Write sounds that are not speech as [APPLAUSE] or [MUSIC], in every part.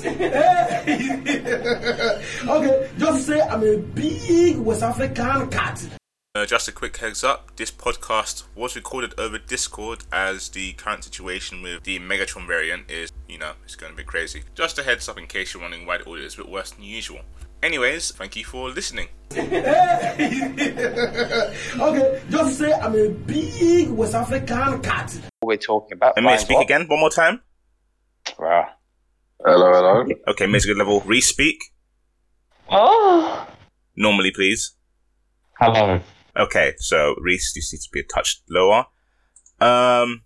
[LAUGHS] okay, just say I'm a big West African cat. Uh, just a quick heads up this podcast was recorded over Discord as the current situation with the Megatron variant is, you know, it's going to be crazy. Just a heads up in case you're wondering why the audio is a bit worse than usual. Anyways, thank you for listening. okay, just say I'm a big West African cat. What we're talking about. And may I lines speak up. again one more time? Wow. Hello, hello. Okay, Miss Good Level, re speak. Oh. Normally, please. Hello. Okay, so Reese, this needs to be a touch lower. Um.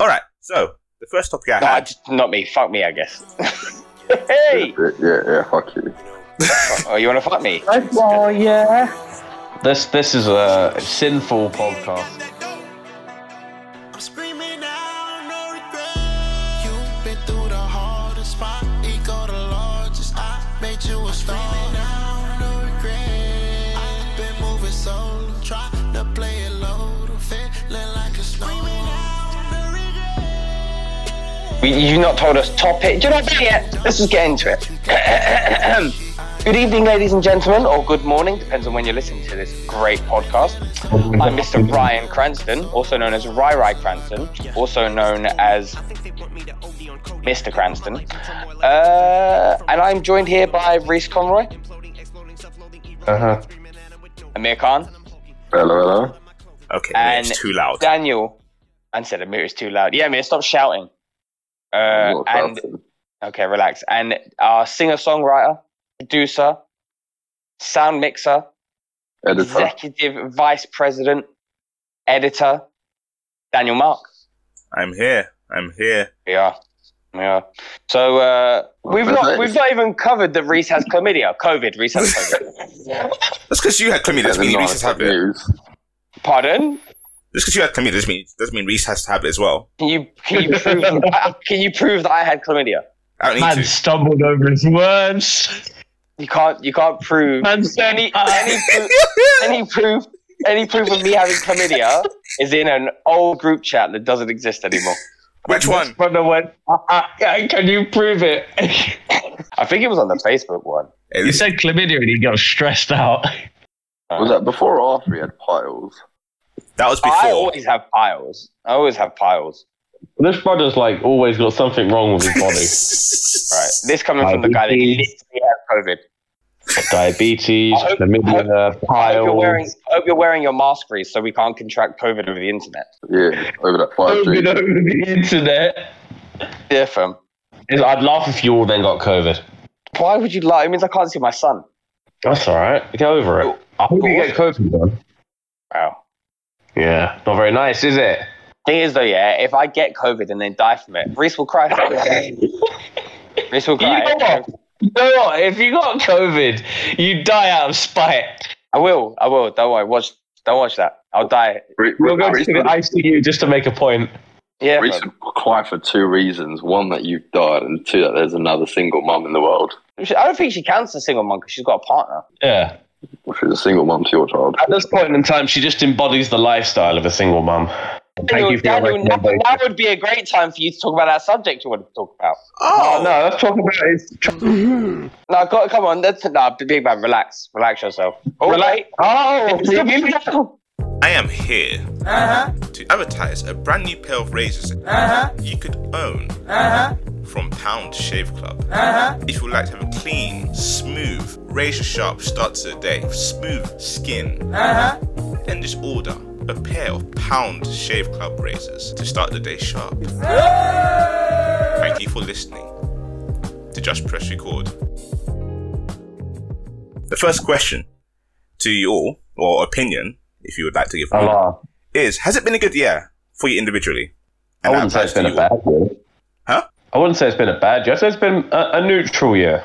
All right. So the first topic I No, I had. just, not me. Fuck me, I guess. [LAUGHS] hey. Yeah, yeah, yeah, fuck you. Oh, you want to fuck me? Oh yeah. This this is a sinful podcast. I'm screaming out, no regret. You've been through the hardest spot, ego the largest. I made you a star. Screaming out, no regret. I've been moving solo, trying to play it low, feeling like a snow. Screaming out, no regret. We, you've not told us topic. Do you know what? Yet. Let's just get into it. [CLEARS THROAT] good evening, ladies and gentlemen, or good morning, depends on when you're listening to this great podcast. I'm Mr. Ryan Cranston, also known as Rai Rai Cranston, also known as Mr. Cranston. Uh, and I'm joined here by Reese Conroy, Uh-huh. Amir Khan, Hello, hello. Okay, man, and it's too loud. Daniel. And said Amir is too loud. Yeah, Amir, stop shouting. Uh, What's and happening? Okay, relax. And our singer songwriter, producer, sound mixer, Editor. executive vice president, editor, Daniel Mark. I'm here. I'm here. Yeah. Yeah. So uh, we've not we've not even covered that Reese has chlamydia. COVID, Reese has COVID. That's because you had chlamydia. That's mean Reese has had it. news. Pardon? That's because you had chlamydia. Doesn't mean doesn't mean Reese has to have it as well. Can you can you prove I- can you prove that I had chlamydia? I don't need Man to. stumbled over his words. You can't you can't prove Man said any any proof, any proof any proof of me having chlamydia is in an old group chat that doesn't exist anymore. Which one? But the went, "Ah, ah, ah, can you prove it? I think it was on the Facebook one. Hey, you listen, said chlamydia and he got stressed out. Was that before or after he had piles? that was I before. always have piles. I always have piles. This brother's like always got something wrong with his [LAUGHS] body. Right. This coming from the guy that literally had COVID. Diabetes, I hope- chlamydia, I hope, you're piles. wearing, I hope you're wearing your mask, Reese, so we can't contract COVID over the internet. Yeah, over that 5G. over the internet. Yeah, fam. I'd laugh if you all then got COVID. Why would you lie? It means I can't see my son. That's all right. Get over it. I hope you get COVID done. Wow. Yeah, not very nice, is it? Thing is, though, yeah, if I get COVID and then die from it, Reese will cry. Reese will You cry. know what? You know what? If you got COVID, you die out of spite. I will. I will. Don't worry. Watch. Don't watch that. I'll die. Re- You'll go Re- to the ICU just to make a point. Yeah. Reese fam. would cry for two reasons. One, that you've died, and two, that there's another single mum in the world, I don't think she counts as a single mom because she's got a partner. Yeah. which is a single mum to your child. At this point in time, she just embodies the lifestyle of a single mum. Thank you for your Daniel, now, recommendation. now would be a great time for you to talk about that subject you want to talk about. Oh, no, let's talk about his No, go, come on. That's no, big man. Relax, relax yourself. All right. Oh, I am here to advertise a brand new pair of razors you could own from Pound Shave Club. If you would like to have a clean, smooth, razor sharp start to the day, smooth skin, then just order a pair of Pound Shave Club razors to start the day sharp. Thank you for listening to Just Press Record. The first question to you all, or opinion, if you would like to give one, Allah. is has it been a good year for you individually? I And that wouldn't say applies it's been to a you all. bad year. Huh? I wouldn't say it's been a bad year. I'd say it's been a, a neutral year.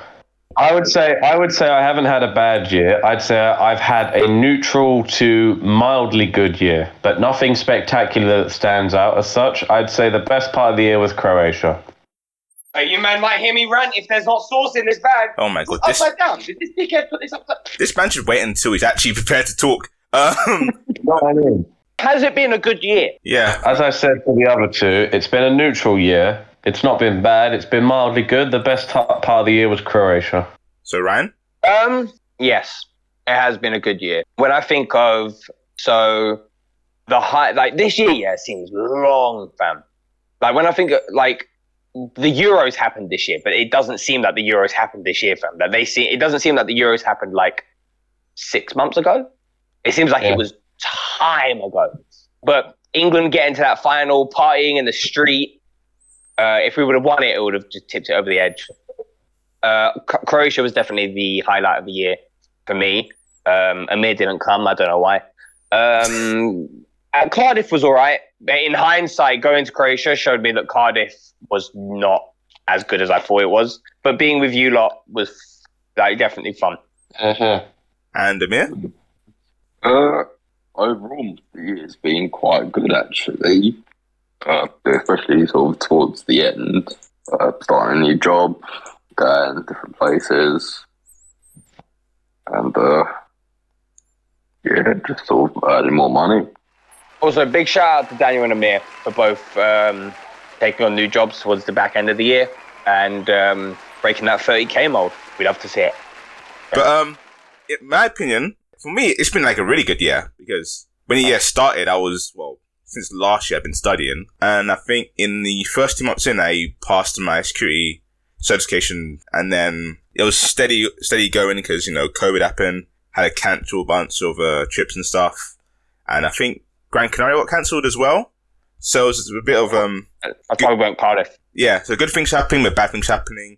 I would say I would say I haven't had a bad year. I'd say I've had a neutral to mildly good year, but nothing spectacular that stands out as such. I'd say the best part of the year was Croatia. you man might hear me rant if there's not sauce in this bag. Oh my god, this Upside down. Did this dickhead put this upside? this man should wait until he's actually [LAUGHS] prepared to talk. Um, Has it been a good year? yeah, As I said for the other two, it's been a neutral year. It's not been bad. It's been mildly good. The best t- part of the year was Croatia. So Ryan, Um, yes, it has been a good year. When I think of so the high like this year, yeah, it seems long, fam. Like when I think of, like the Euros happened this year, but it doesn't seem that the Euros happened this year, fam. That they see it doesn't seem that the Euros happened like six months ago. It seems like Yeah. it was time ago. But England getting to that final, partying in the street. Uh, if we would have won it, it would have just tipped it over the edge uh, C- Croatia was definitely the highlight of the year for me. Um, Amir didn't come. I don't know why. Um, [LAUGHS] uh, Cardiff was all right. But In hindsight, going to Croatia showed me that Cardiff was not as good as I thought it was. But being with you lot was like definitely fun. Mm-hmm. Uh-huh. and Amir. Uh, overall, the year's been quite good actually, uh, especially sort of towards the end. Uh, starting a new job, going different places, and uh, yeah, just sort of earning more money. Also, big shout out to Daniel and Amir for both um, taking on new jobs towards the back end of the year and um, breaking that 30k mold. We'd love to see it. But um, in my opinion, for me, it's been like a really good year because when the year started, I was well since last year I've been studying, and I think in the first two months in, I passed my security certification, and then it was steady, steady going because you know COVID happened, had to cancel a bunch of uh, trips and stuff, and I think Gran Canaria got cancelled as well. So it was a bit of um, I probably won't Cardiff. yeah, so good things happening, but bad things happening.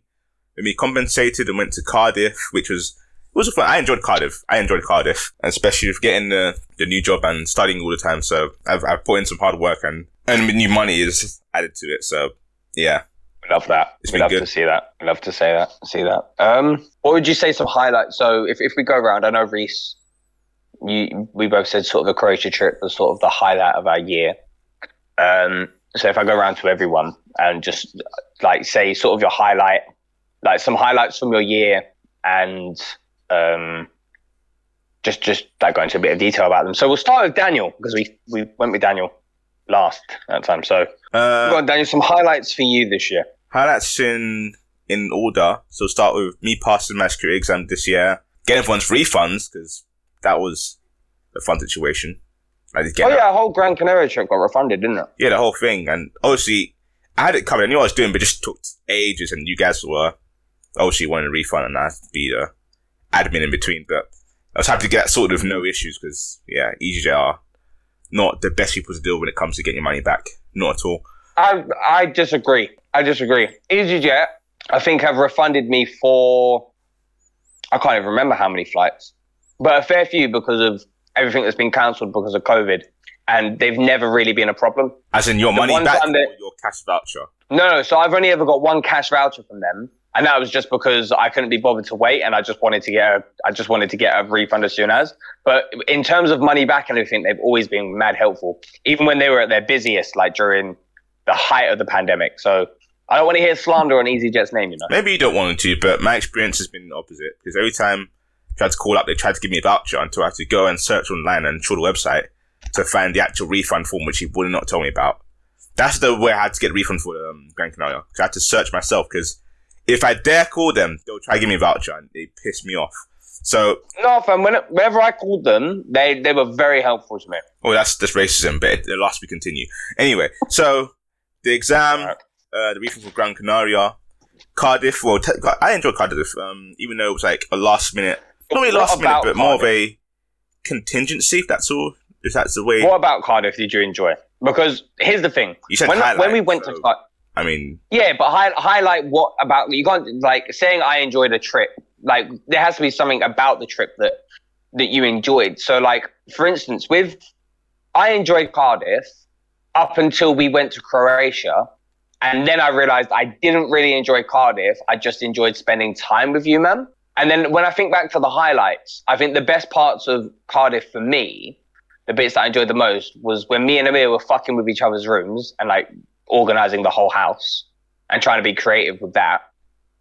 And we compensated and went to Cardiff, which was it was fun. I enjoyed Cardiff. I enjoyed Cardiff, and especially with getting the, the new job and studying all the time. So I've, I've put in some hard work, and and new money is added to it. So yeah, We love that. It's we been love good. to see that. We love to say that. See that. Um, what would you say some highlights? So if, if we go around, I know Reese, you we both said sort of the Croatia trip was sort of the highlight of our year. Um, so if I go around to everyone and just like say sort of your highlight, like some highlights from your year and um, just just like go into a bit of detail about them. So we'll start with Daniel because we we went with Daniel last that time. So go uh, on, Daniel, some highlights for you this year. highlights in in order. So start with me passing my security exam this year, getting everyone's refunds because that was a fun situation. I just get Oh yeah, a whole Gran Canaria trip got refunded, didn't it? yeah, the whole thing. And obviously, I had it covered. I knew what I was doing, but it just took ages. And you guys were obviously wanting a refund, and I had to be the admin in between. But I was happy to get that sorted with no issues because yeah, EasyJet are not the best people to deal when it comes to getting your money back. Not at all. I I disagree. I disagree. EasyJet, I think, have refunded me for I can't even remember how many flights, but a fair few because of everything that's been cancelled because of COVID, and they've never really been a problem. As in your money one back time that- or your cash voucher. No, no. So I've only ever got one cash voucher from them, and that was just because I couldn't be bothered to wait, and I just wanted to get a, I just wanted to get a refund as soon as. But in terms of money back and everything, they've always been mad helpful, even when they were at their busiest, like during the height of the pandemic. So I don't want to hear slander on EasyJet's name, you know. Maybe you don't want to, but my experience has been the opposite because every time I tried to call up, they tried to give me a voucher until I had to go and search online and through the website to find the actual refund form, which he would not tell me about. That's the way I had to get a refund for um, Gran Canaria. 'cause I had to search myself because if I dare call them, they'll try to give me a voucher and they piss me off. So, No, fam. when- Whenever I called them, they they were very helpful to me. oh, that's just racism, but it, it'll last we continue. Anyway, so the exam, uh, the refund for Gran Canaria, Cardiff. Well, te- I enjoyed Cardiff, um, even though it was like a last minute not really What last minute, about but more of a contingency. If that's all, if that's the way. What about Cardiff? Did you enjoy? Because here's the thing: You said when when we highlight, went to so- Car- I mean, Yeah, but hi- highlight what about you can't like saying I enjoyed a trip. Like there has to be something about the trip that that you enjoyed. So like for instance, with I enjoyed Cardiff up until we went to Croatia, and then I realized I didn't really enjoy Cardiff. I just enjoyed spending time with you, man. And then when I think back to the highlights, I think the best parts of Cardiff for me, the bits that I enjoyed the most, was when me and Amir were fucking with each other's rooms and like organizing the whole house and trying to be creative with that.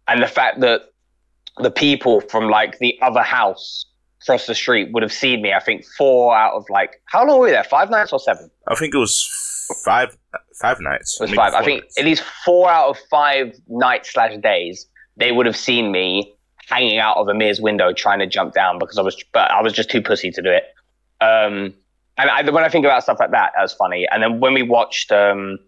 And the fact that the people from like the other house across the street would have seen me, I think four out of like, how long were we there? Five nights or seven? I think it was Five, five nights. was maybe five. I four think nights. at least four out of five nights slash days, they would have seen me hanging out of Amir's window trying to jump down because I was, but I was just too pussy to do it. Um, and I, when I think about stuff like that, that's funny. And then when we watched, um,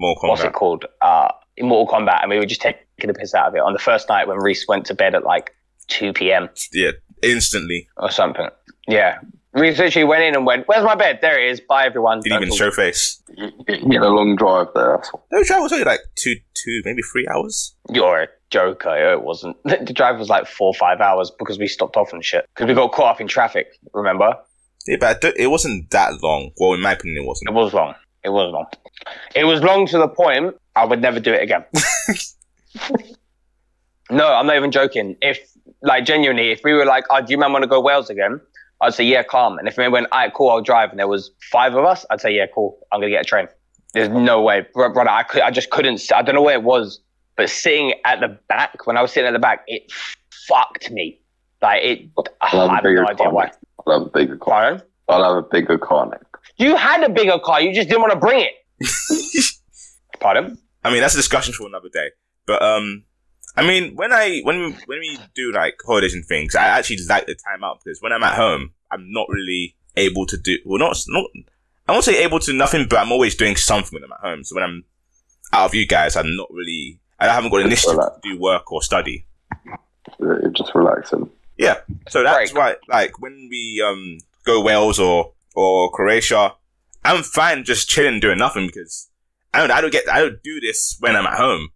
more what's combat. it called? Uh, Mortal Kombat, and we were just taking the piss out of it on the first night when Reese went to bed at like 2 p.m. Yeah, instantly. or something. Yeah. Reese literally went in and went, Where's my bed? There it is. Bye, everyone. Didn't even Don't talk show face. You had a long drive there. That's all. No travel was only like two, two, maybe three hours. You're a joker. It wasn't. [LAUGHS] The drive was like four or five hours because we stopped off and shit. Because we got caught up in traffic, remember? Yeah, but I don't- it wasn't that long. Well, in my opinion, it It wasn't. was long. It was long. It was long to the point I would never do it again. no, I'm not even joking. If, like, genuinely, if we were like, oh, do you man want to go Wales again? I'd say, yeah, calm. And if we went, all right, cool, I'll drive, and there was five of us, I'd say, yeah, cool, I'm going to get a train. There's no way. Bro- Brother, I, could, I just couldn't, s- I don't know where it was, but sitting at the back, when I was sitting at the back, it fucked me. Like, it, I'll I have a have no bigger idea car why. next. I'll have a bigger car. Pardon? I'll have a bigger car next. You had a bigger car, you just didn't want to bring it. Pardon? I mean, that's a discussion for another day. But um, I mean, when I when when we do like holidays and things, I actually like the time out because when I'm at home, I'm not really able to do. Well, not not. I won't say able to nothing, but I'm always doing something when I'm at home. So when I'm out of you guys, I'm not really. I haven't got initiative to do work or study. You're just relaxing. So that's why, like, when we um go Wales or or Croatia, I'm fine just chilling, doing nothing because I don't, I don't get, I don't do this when I'm at home.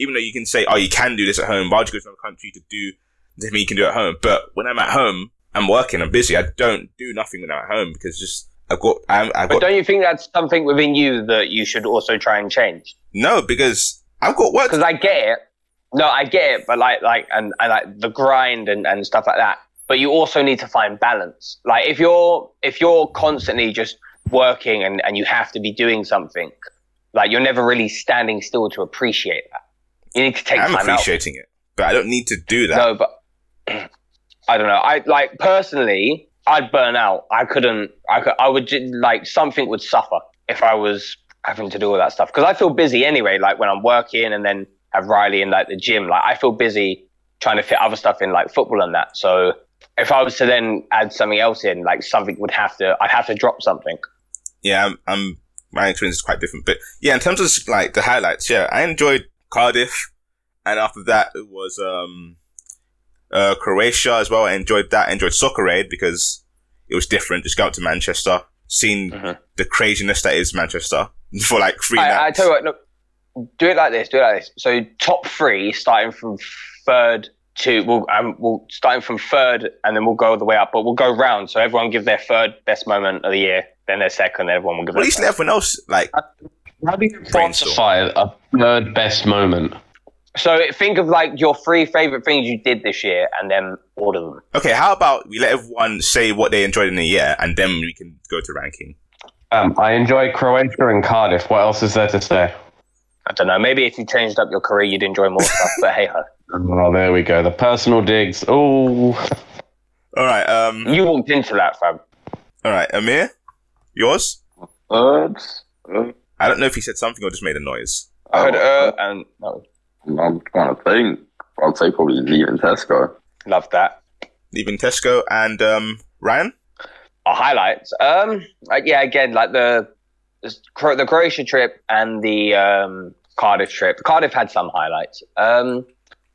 Even though you can say, oh, you can do this at home, why would you go to another country to do the thing you can do at home? But when I'm at home, I'm working, I'm busy. I don't do nothing when I'm at home because just I've got, I'm, I've But got don't you think that's something within you that you should also try and change? no because I've got work. Because I get it. No, I get it, but like, like, and, and like the grind and, and stuff like that. But you also need to find balance. Like, if you're if you're constantly just working and, and you have to be doing something, like you're never really standing still to appreciate that. You need to take I'm time out. appreciating it, but I don't need to do that. No, but [CLEARS THROAT] I don't know. I like personally, I'd burn out. I couldn't. I could. I would ju- like something would suffer if I was having to do all that stuff because I feel busy anyway. Like when I'm working and then have Riley in like the gym. Like I feel busy trying to fit other stuff in like football and that. So if I was to then add something else in, like something would have to. I'd have to drop something. yeah, I'm, I'm my experience is quite different. But yeah, in terms of like the highlights, yeah, I enjoyed Cardiff, and after that it was um uh Croatia as well. I enjoyed that. I enjoyed Soccer Aid because it was different. Just go out to Manchester, seen Mhm. the craziness that is Manchester [LAUGHS] for like three I, I nights. tell you what, no, do it like this. Do it like this. So top three, starting from third to we'll um, we'll starting from third, and then we'll go all the way up. But we'll go round. So everyone give their third best moment of the year, then their second, then everyone will give. Well, at Their least first. let everyone else like How do you brainstorm. quantify a third best moment? So think of like your three favorite things you did this year, and then order them. Okay, how about we let everyone say what they enjoyed in a year, and then we can go to ranking. Um, I enjoy Croatia and Cardiff. What else is there to say? I don't know. Maybe if you changed up your career, you'd enjoy more stuff. But hey [LAUGHS] ho, Oh, there we go. The personal digs. [LAUGHS] Oh, All right, um, you walked into that, fam. all right, Amir, yours. Third, uh, I don't know if he said something or just made a noise. I heard Oh, uh, and no, I'm trying to think. I'd say probably leaving Tesco. love that. leaving Tesco and um, Ryan. our highlights. Um, uh, yeah, again, like the Cro- the Croatia trip and the um, Cardiff trip. Cardiff had some highlights. Um,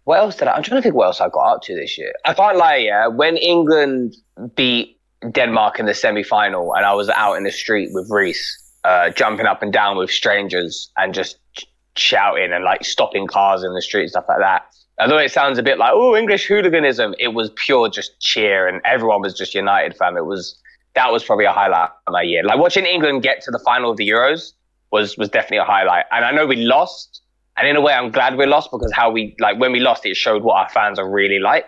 what else did I? I'm trying to think what else I got up to this year. I can't lie, yeah. When England beat Denmark in the semi final, and I was out in the street with Reese, uh, jumping up and down with strangers and just ch- shouting and like stopping cars in the street and stuff like that. Although it sounds a bit like oh English hooliganism, it was pure just cheer and everyone was just united, fam. It was that was probably a highlight of my year. Like watching England get to the final of the Euros was was definitely a highlight. And I know we lost, and in a way, I'm glad we lost because how we like when we lost, it showed what our fans are really like.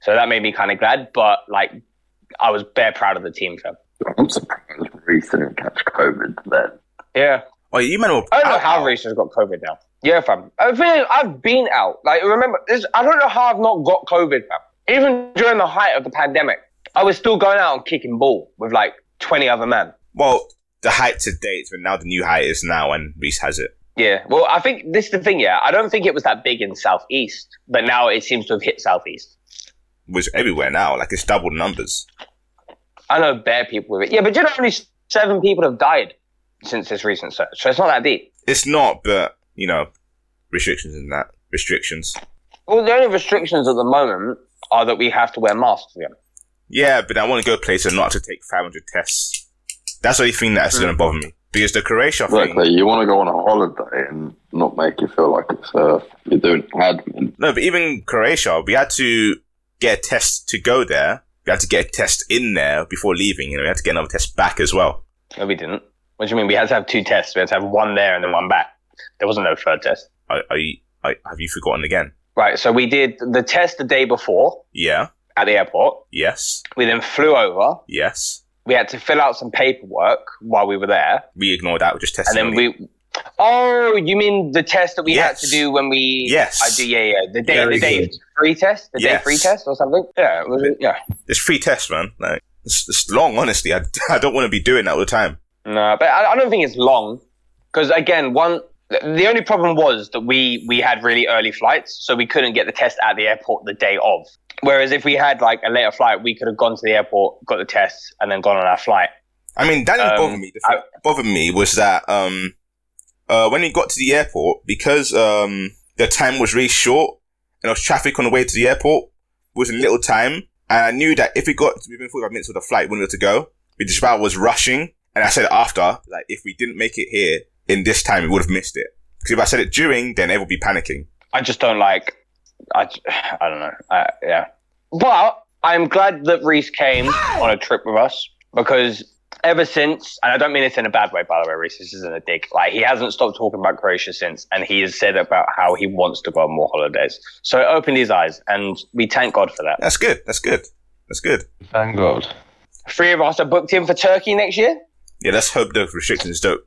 So that made me kind of glad, but like I was bare proud of the team. Fam. I'm surprised Reese didn't catch COVID then. Yeah, Oh, you oh, man were. I don't know out- how Reese has got COVID now. Yeah, fam. I've been, I've been out. Like remember, this, I don't know how I've not got COVID, fam. Even during the height of the pandemic, I was still going out and kicking ball with like 20 other men. Well, the height to date, but now the new height is now, and Reese has it. Yeah. Well, I think this is the thing. Yeah, I don't think it was that big in Southeast, but now it seems to have hit Southeast. Which everywhere now, like it's double numbers. I know bare people with it. Yeah, but you know, only seven people have died since this recent search, so it's not that deep. It's not, but you know, restrictions and that restrictions. Well, the only restrictions at the moment are that we have to wear masks again. Yeah, but I want to go places and not have to take 500 tests. That's the only thing that's going to bother me because the Croatia thing. Exactly. You want to go on a holiday and not make you feel like it's uh, you're doing admin. No, but even Croatia, we had to get a test to go there. We had to get a test in there before leaving, and we had to get another test back as well. No, we didn't. What do you mean? We had to have two tests. We had to have one there and then one back. There wasn't no third test. Are, are you, are, have you forgotten again? Right. So we did the test the day before Yeah. at the airport. Yes. We then flew over. Yes. We had to fill out some paperwork while we were there, We ignored that. We just and tested. then we. Oh, you mean the test that we Yes. had to do when we? Yes. I do. Yeah, yeah. The day, Very the day good. free test, the Yes. day free test, or something. Yeah, it was, yeah. It's free test, man. Like it's, it's long, honestly. I, [LAUGHS] I don't want to be doing that all the time. No, but I, I don't think it's long because again, one the only problem was that we we had really early flights, so we couldn't get the test at the airport the day of. Whereas if we had like a later flight, we could have gone to the airport, got the test, and then gone on our flight. I mean, that didn't Um, bother me. The thing that bothered me was that um, uh, when we got to the airport, because um, the time was really short and there was traffic on the way to the airport, was in little time, and I knew that if we got within 45 minutes of the flight, we wouldn't be able to go. But the driver was rushing, and I said after, like, if we didn't make it here in this time, we would have missed it. Because if I said it during, then everyone would be panicking. I just don't like. I, j- [SIGHS] I don't know. I, yeah, but I'm glad that Reese came on a trip with us because ever since, and I don't mean this in a bad way, by the way, Reese. This isn't a dig. Like he hasn't stopped talking about Croatia since, and he has said about how he wants to go on more holidays. So it opened his eyes, and we thank God for that. That's good. That's good. That's good. Thank God. Three of us are booked in for Turkey next year. Yeah, let's hope the restrictions don't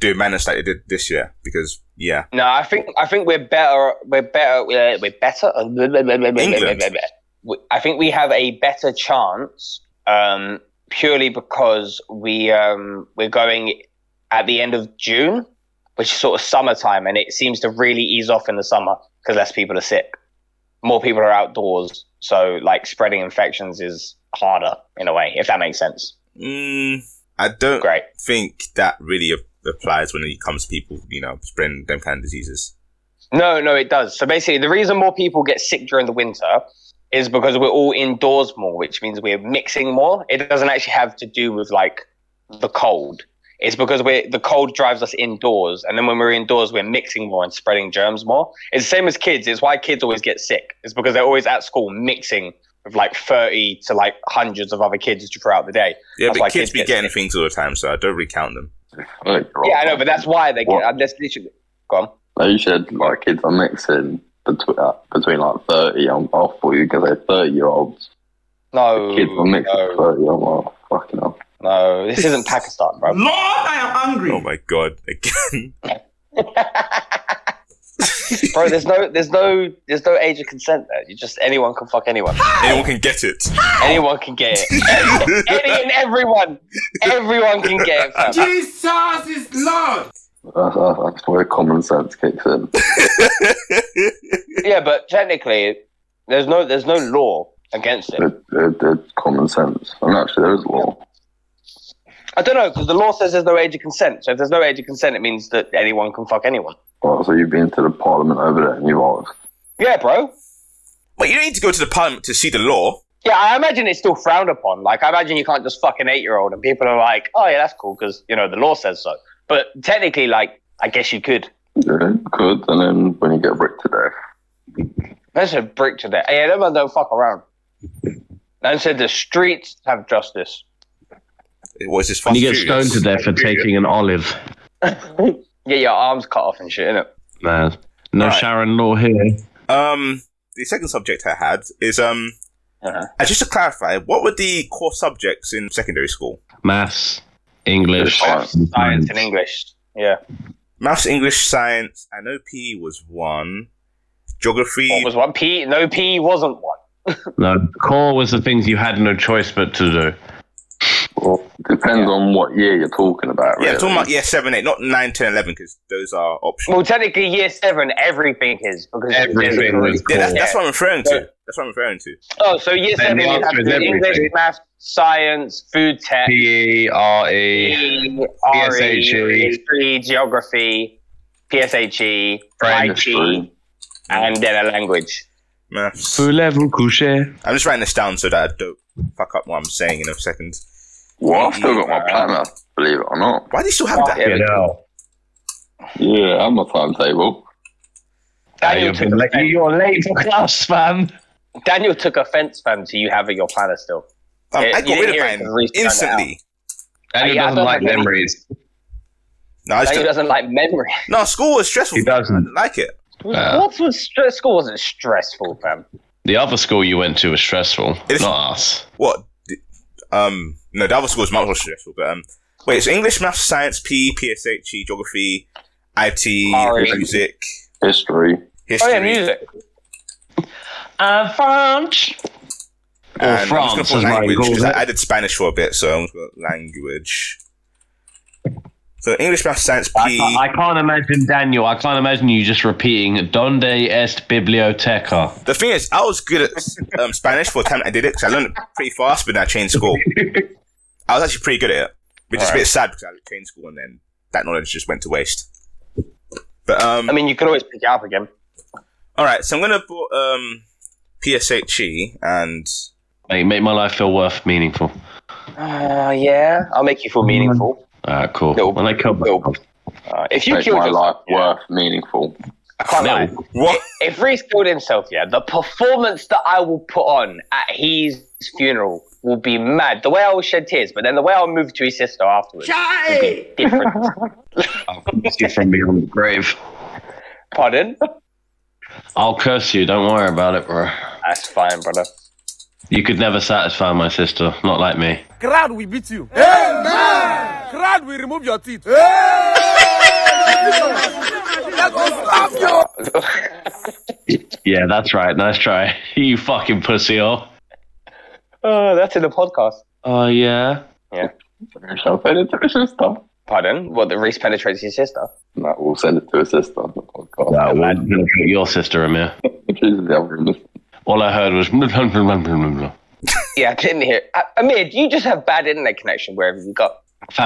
do madness like they did this year. Because yeah, No, I think I think we're better. We're better. We're, we're better. England. I think we have a better chance um, purely because we um, we're going at the end of June, which is sort of summertime, and it seems to really ease off in the summer because less people are sick, more people are outdoors, so like spreading infections is harder in a way, if that makes sense. mm, I don't. Great. think that really a- applies when it comes to people, you know, spreading them kind of diseases. No, no, it does. So basically, the reason more people get sick during the winter is because we're all indoors more, which means we're mixing more. It doesn't actually have to do with like the cold. It's because we're the cold drives us indoors, and then when we're indoors, we're mixing more and spreading germs more. It's the same as kids. It's why kids always get sick. It's because they're always at school mixing with like thirty to like hundreds of other kids throughout the day. Yeah, That's but why kids kids be get getting things all the time, so I don't really count them. Like, Yeah, I know, but that's why they get. What? I'm just literally gone. They said like kids are mixing between, uh, between like thirty. I'm off for you because they're thirty year olds. No, Kids are mixing Oh, no, thirty. I'm like, fucking up. no. This isn't Pakistan, bro. Lord, I am Hmm. angry. Oh my god, again. [LAUGHS] Bro, there's no, there's no, there's no age of consent there. You just anyone can fuck anyone. Anyone can get it. [LAUGHS] anyone can get it. Any and everyone, everyone can get it. Fam. Jesus is Lord. That's, that's, that's where common sense kicks in. Yeah, but technically, there's no, there's no law against it. it, it, it's common sense. And actually, there is law. I don't know because the law says there's no age of consent. So if there's no age of consent, it means that anyone can fuck anyone. Well, so you've been to the parliament over there and you've asked. Yeah, bro. But you don't need to go to the parliament to see the law. Yeah, I imagine it's still frowned upon. Like, I imagine you can't just fuck an eight-year-old, and people are like, "Oh yeah, that's cool," because you know the law says so. But technically, like, I guess you could. Yeah, good. And then when you get ripped to death, That's a brick to that. Yeah, them man don't fuck around. And said the streets have justice. It was just And fast you get furious. stoned to death for taking an olive. Get your arms cut off and shit, innit? Man. No Right. Sharon Law here. Um, the second subject I had is um, Uh-huh. uh, just to clarify, what were the core subjects in secondary school? Maths, English, Science. and Science and English. Yeah. Maths, English, science. I know PE was one. Geography. What was one? P? No, P wasn't one. No, core was the things you had no choice but to do. well, Depends on what year you're talking about. Yeah, I'm talking really. about year 7, 8, not 9, 10, 11, because those are optional. Well, technically, year seven, everything is because there's Everything already- was Yeah, that's, cool. that's what I'm referring to. That's what I'm referring to. Oh, so year Then seven, the you have answer is to do English, everything. math, science, food tech, P E R E. PE, PSHE. RE, E, history, geography, PSHE, IT, Industry. E, and then a language. Maths. Voulez-vous coucher? I'm just writing this down so that I don't fuck up what I'm saying in a second. Well, I've still got my planner, believe it or not. Why do you still have that? Yeah, You know. Yeah, and my timetable. Daniel, you've took been late- offense. you're late for class, fam. Daniel took offense, fam, to you having your planner still. Um, I You got didn't rid hear it of 'cause mine Reece found it instantly. And he Yeah, I doesn't don't like like- memories. No, I just, Daniel doesn't like memory. no, school was stressful. He I doesn't. didn't like it. Yeah. what was stre- school? Wasn't stressful, fam. The other school you went to was stressful, It's- not us. What? d- Um, no, the other school was much more stressful. But um, wait, so English, maths, science, PE, PSHE, E, geography, IT, Sorry. music, History. history. Oh yeah, music. Uh, France. Or And Um, I'm just France, gonna as put mine language calls because it. I, I did Spanish for a bit, so I'm going language. So English, maths, science, I PE. can't, I can't imagine Daniel. I can't imagine you just repeating "Donde est biblioteca." The thing is, I was good at um, Spanish for the time I did it because I learned it pretty fast, but then I changed [LAUGHS] school. I was actually pretty good at it, which is a bit sad because I changed school and then that knowledge just went to waste. But um, I mean, you could always pick it up again. all right, so I'm gonna put um, PSHE E and Make make my life feel worth meaningful. Uh, yeah, I'll make you feel meaningful. All right, cool. Nope. When I kill Mm. Nope. Uh, if you Make killed my yourself, life worth meaningful. I can't lie. No. what? if Reese killed himself, yeah, the performance that I will put on at his funeral will be mad. The way I will shed tears, but then the way I'll move to his sister afterwards will be different. I'll curse you from beyond the grave. Pardon? I'll curse you. Don't worry about it, bro. That's fine, brother. You could never satisfy my sister, not like me. Crowd, we beat you. Amen. Crowd, we remove your teeth. [LAUGHS] Yeah, that's right. Nice try. [LAUGHS] you fucking pussy all. Oh, that's in the podcast. Oh yeah. Shall I send it to a sister? Pardon? What? That Reese penetrates his sister? No, we'll send it to a sister on the podcast. That would penetrate your sister, Amir. She's in the other room. All I heard was. [LAUGHS] Fam, Yeah, I didn't hear. Uh, Amir, do you just have bad internet connection wherever you go?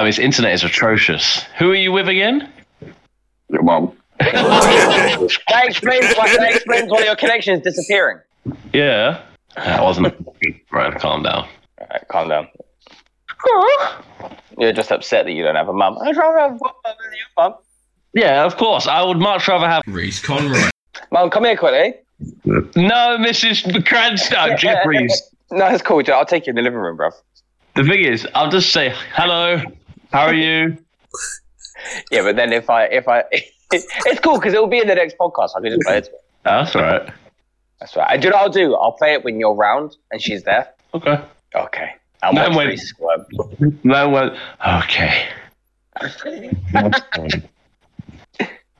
his internet is atrocious. Who are you with again? Your mum. That explains why. That explains why your connection is disappearing. Yeah. That wasn't. [LAUGHS] right, calm down. All right, calm down. You're just upset that you don't have a mum. I'd rather have one mum than your mum. Yeah, of course. I would much rather have Reese Conroy. Mum, come here quickly. No, Mrs. [LAUGHS] Cranstow, Jeffries. No, it's cool. dude. I'll take you in the living room, bruv. The thing is, I'll just say hello. How are you? Yeah, but then if I if I, [LAUGHS] it's cool because it'll be in the next podcast. I can just play it. to her. That's all right. That's right. I do you know what I'll do. I'll play it when you're round and she's there. Okay. Okay. I'll No, watch wait. Reese squirm. No one. Okay. That's fine.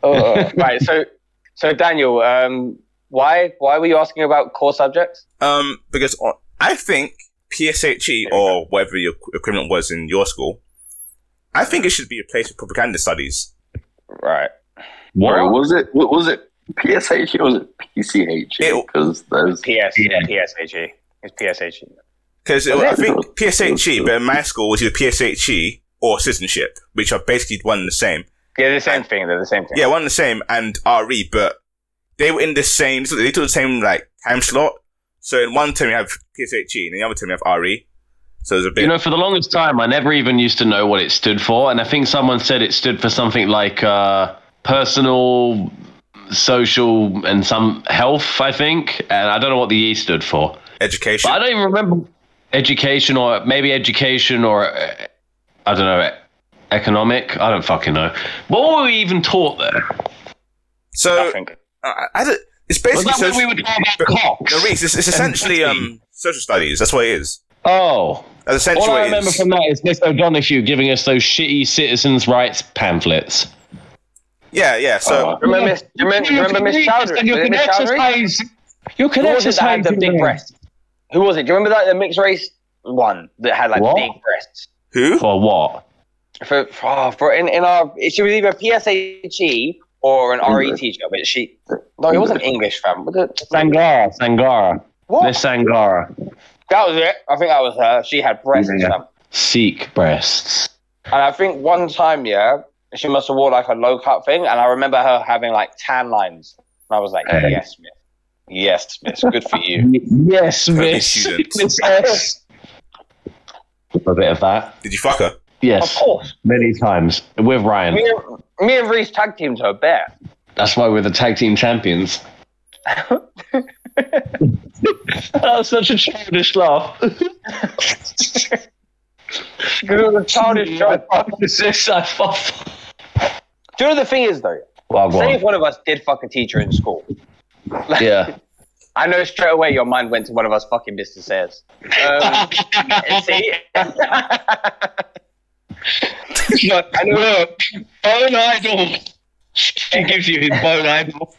Oh, right. So, so Daniel, um, why why were you asking about core subjects? Um, because uh, I think PSHE E or whatever your equivalent was in your school, I think it should be a place for propaganda studies. Right. Sorry, what? was it? What was it? PSH E or was it PCH? Ew. Because E? there's PS Yeah. PSHE. It's PSHE. Because Oh, I think PSHE, E, but in my school was either PSHE E or citizenship, which are basically one and the same. Yeah, they're the same thing. They're the same thing. Yeah, one and the same and RE, but they were in the same. so They took the same like time slot. So in one term you have PSHE, and E, in the other term you have RE. So there's a bit. You know, for the longest time, I never even used to know what it stood for, and I think someone said it stood for something like uh, personal, social, and some health. I think, and I don't know what the E stood for. education. But I don't even remember education or maybe education or uh, I don't know economic. I don't fucking know. What were we even taught there? So uh, Nothing. I, I don't- it's Was basically that what social. we would call about cocks? No, Reese, it's, [LAUGHS] it's essentially um social studies. That's what it is. Oh, That's essentially all I what it remember is. from that is Miss O'Donoghue giving us those shitty citizens' rights pamphlets. yeah, yeah. So Uh-huh. uh, Remember Miss? do you Remember, remember Miss Chowdhury? You Was it can Miss Chowdhury? exercise. You can Who was it that exercise had the big breasts? Who was it? Do you remember like the mixed race one that had like What? big breasts? [LAUGHS] Who? For what? For, for, for in, in our, she was either a PSHE or an RET job. But she, no, it wasn't English, fam. Was it? Sangara, Sangara. What? Miss Sangara. That was it. I think that was her. She had breasts, Yeah. fam. Sikh breasts. And I think one time, yeah, she must have wore like a low cut thing. And I remember her having like tan lines. And I was like, Hey. yes, miss. Yes, miss. Good for [LAUGHS] you. Yes, Miss. student. [LAUGHS] Miss S. A bit of that. Did you fuck her? of Yes, course. many times with Ryan. Me and, me and Reese tag teamed her bare. That's why we're the tag team [LAUGHS] champions. That's such a childish laugh. Because it was a childish joke. Do you know the thing is though? Well, Say if well, one of us did fuck a teacher in school. yeah. I know straight away your mind went to one of us fucking Mr. Sayers. Um, see? Look, bone idol. He gives you his bone idol.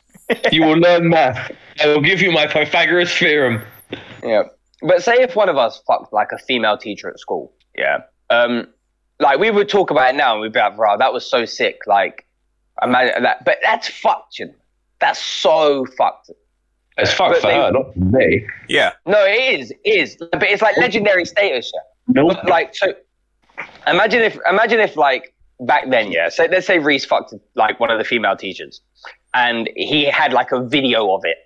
You will learn math. I will give you my Pythagoras theorem. yeah. But say if one of us fucked like a female teacher at school. Yeah. Um, like we would talk about it now and we'd be like, "Wow, that was so sick." Like, imagine that. But that's fucked, you know. That's so fucked. It's fuck But for they- her, not for me. Yeah. No, it is, it is. But it's like legendary status, yeah. No, But, like so imagine if imagine if like back then yeah so let's say reese fucked like one of the female teachers and he had like a video of it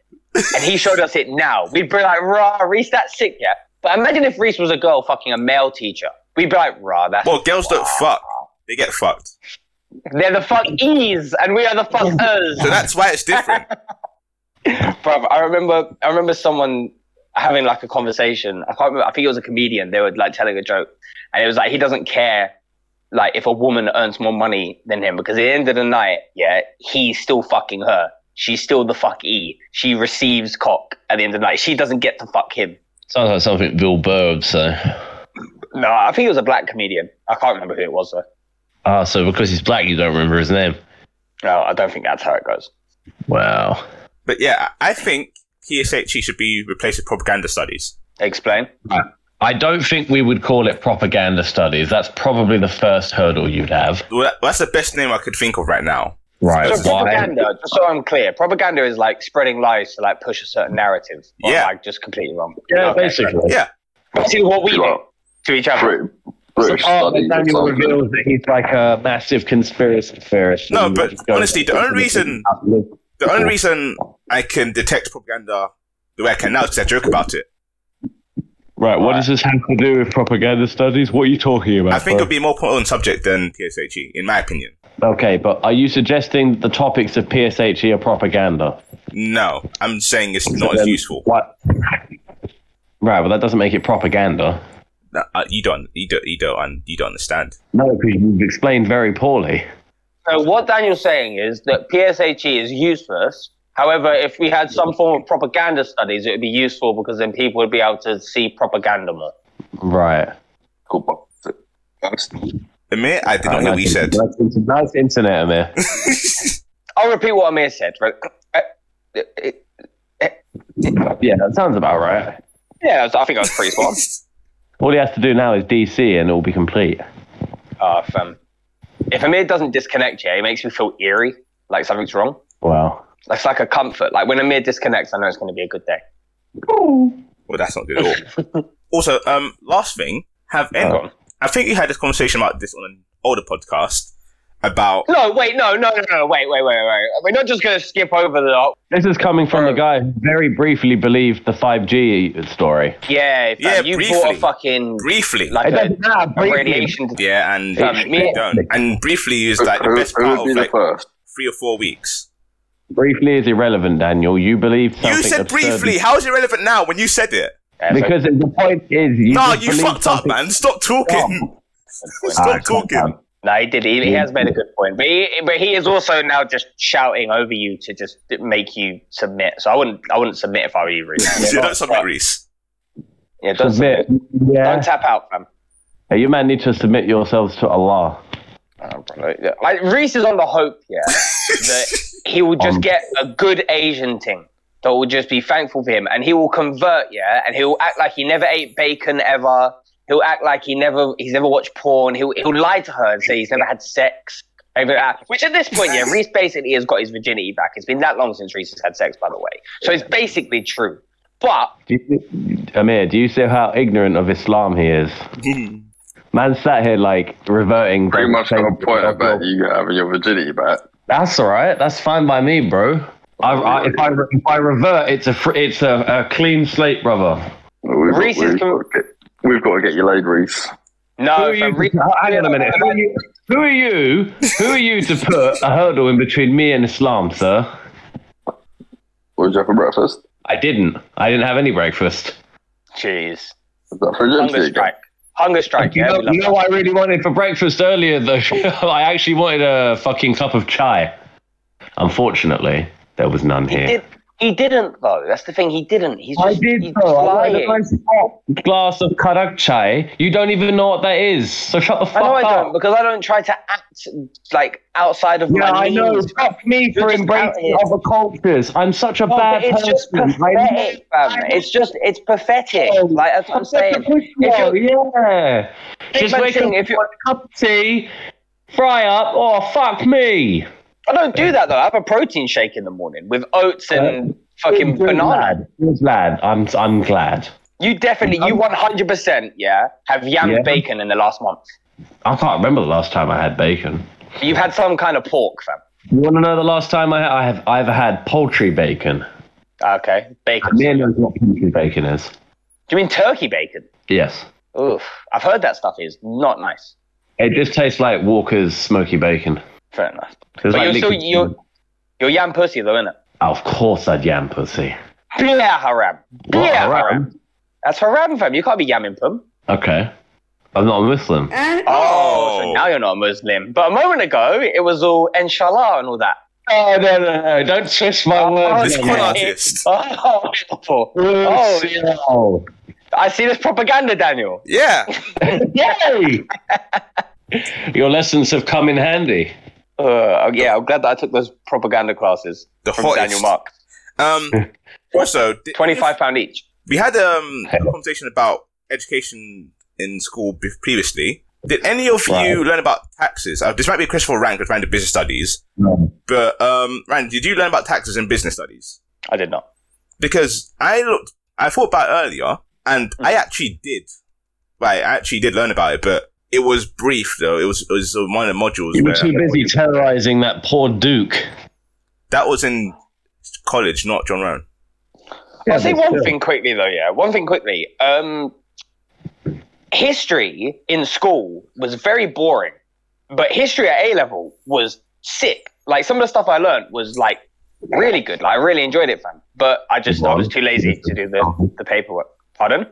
and he showed us it now we'd be like rah reese that's sick yeah but imagine if reese was a girl fucking a male teacher we'd be like rah that's Well, girls don't fuck. They get fucked. they're the fuck e's and we are the fuckers So that's why it's [LAUGHS] different. Bruv, I remember I remember someone having like a conversation. I can't remember I think it was a comedian. They were like telling a joke. And it was like he doesn't care like if a woman earns more money than him because at the end of the night, yeah, he's still fucking her. She's still the fuck E. She receives cock at the end of the night. She doesn't get to fuck him. Sounds like something Bill Burr would say. No, I think it was a black comedian. I can't remember who it was though. Ah, so because he's black, you don't remember his name. No, I don't think that's how it goes. Wow. But yeah, I I think PSHE E should be replaced with propaganda studies. Explain. I don't think we would call it propaganda studies. That's probably the first hurdle you'd have. Well, that- that's the best name I could think of right now. Right. So propaganda, just so I'm clear, propaganda is like spreading lies to like push a certain narrative. Or, Yeah. Like just completely wrong. yeah, Okay. basically. Yeah. But see what we do Well, to each other. Brit- British Oh, studies or Daniel something. reveals that he's like a massive conspiracy theorist. No, and but just goes- honestly, the only reason- The only reason I can detect propaganda the way I can now is because I joke about it. Right, what does this have to do with propaganda studies? What are you talking about? I think bro? it'll be a more important subject than PSHE, E, in my opinion. Okay, but are you suggesting the topics of PSHE E are propaganda? No, I'm saying it's not as then- useful. What? Right, well, that doesn't make it propaganda. No, uh, you don't, you don't, you don't, un- you don't understand. No, because you've explained very poorly. So what Daniel's saying is that PSHE E is useless. However, if we had some form of propaganda studies, it would be useful because then people would be able to see propaganda more. Right. Cool, but that's the Amir, I did not hear Right, what you nice said. internet- Nice, nice internet, Amir. [LAUGHS] I'll repeat what Amir said. Right? Uh, uh, uh, yeah, that sounds about right. Yeah, I was- I think I was pretty spot on. All he has to do now is DC and it will be complete. [LAUGHS] Uh, if, um, if Amir doesn't disconnect, yeah, it makes me feel eerie, like something's wrong. Wow. That's like a comfort. Like when Amir disconnects, I know it's going to be a good day. Well, that's not good at all. [LAUGHS] also, um, last thing, have Uh. any, Go on. I think we had this conversation about this on an older podcast about No, wait, no, no, no, no, wait, wait, wait, wait. We're not just going to skip over the. This is coming from Bro. the guy who very briefly believed the 5G story. Yeah, fam, Yeah, you bought briefly. a fucking briefly. like It a, doesn't matter, a briefly. radiation. detector. yeah, and Fam, me- don't. And briefly is like the Who- best who part would of be the like first? three or four weeks. Briefly is irrelevant, Daniel. You believed something You said absurd. briefly. How is it relevant now when you said it? Yeah, so- Because the point is, you No, just you believed fucked up, something- man. Stop talking. [LAUGHS] Stop talking. no, he did. He, he has made a good point, but he, but he is also now just shouting over you to just make you submit. So I wouldn't, I wouldn't submit if I were you, Reese. So don't submit, Reese. Yeah, don't submit. Submit. Yeah. Don't tap out, fam. Hey, you man need to submit yourselves to Allah. Oh, bro, yeah. Like Reese is on the hope, yeah, that he will just Um, get a good Asian thing that will just be thankful for him, and he will convert, yeah, and he will act like he never ate bacon ever, He'll act like he never he's never watched porn. He'll he'll lie to her and say he's never had sex. Over at- Which at this point, yeah, Reese basically has got his virginity back. It's been that long since Reese has had sex, by the way. So it's basically true. But Do you, Amir, do you see how ignorant of Islam he is? Man sat here like reverting. Pretty to- much got a point about you having your virginity back. That's all right. That's fine by me, bro. I, I, if I if I revert, it's a fr- it's a, a clean slate, brother. We've got, Reese is we've, com- got to get, we've got to get you laid, Reese. no, Who are so you- Reese- hang on a minute. Who are you? Who are you, who are you to put a hurdle in between me and Islam, sir? What did you have for breakfast? I didn't. I didn't have any breakfast. Jeez. Is that for Hunger virginity? again? strike. Hunger strike. You Yeah, know, we love you know that. what I really wanted for breakfast earlier, though? [LAUGHS] I actually wanted a fucking cup of chai. Unfortunately, there was none He, here. did, he didn't, though. That's the thing. He didn't. He's I just, did, he's though. I wanted lying. a nice hot glass of karak chai. You don't even know what that is, so shut the I fuck know I up. don't because I don't try to act like outside of Yeah, my I means. know. Fuck me You're for just out embracing here. other cultures. I'm such a No, bad but it's person. just I pathetic, fam. It's just it's pathetic. Oh, Like that's what I'm I'm such a saying. pussy. Yeah. Just man wake thing, up, if if you- a cup of tea, fry up. Oh fuck me! I don't do that though. I have a protein shake in the morning with oats and Uh, fucking Good banana. lad. Good lad. I'm I'm glad. You definitely, you 100, percent yeah, have yam Yeah. bacon in the last month. I can't remember the last time I had bacon. You've had some kind of pork, fam. You want to know the last time I, I have I've had poultry bacon? Okay, bacon. Amir knows what poultry bacon is. Do you mean turkey bacon? Yes. Oof, I've heard that stuff is not nice. It just tastes like Walker's smoky bacon. Fair enough. It's But like you're still liquid- you're, you're yam pussy though, innit? Of course, I'd yam pussy. Yeah, haram. What, Yeah, haram? haram. That's haram, fam. You can't be yamming pum. Okay. I'm not a Muslim. Oh, Oh. so now you're not a Muslim. But a moment ago, it was all inshallah and all that. [LAUGHS] Oh, no, no, no. Don't twist Uh, my This words. con man. artist. Oh, awful. Oh, Oh, I see this propaganda, Daniel. Yeah. Yay! Your lessons have come in handy. Uh, yeah, I'm glad that I took those propaganda classes The from hottest. Daniel Mark. [LAUGHS] Um. Also, di- Twenty-five pound each. We had um, a conversation about education in school be- previously. Did any of Right. you learn about taxes? Uh, this might be a question for Rand because Rand did business studies. No. But um, Rand, did you learn about taxes in business studies? I did not. Because I looked, I thought about it earlier, and I actually did. Right, I actually did learn about it, but it was brief though. It was it was one of the modules. You were where- too busy terrorizing that poor Duke. That was in college, not John Rowan. I'll say one thing quickly though. Yeah, one thing quickly. Um, history in school was very boring, but history at A level was sick. Like some of the stuff I learned was like really good. Like I really enjoyed it, fam. But I just I was too lazy to do the, the paperwork. Pardon?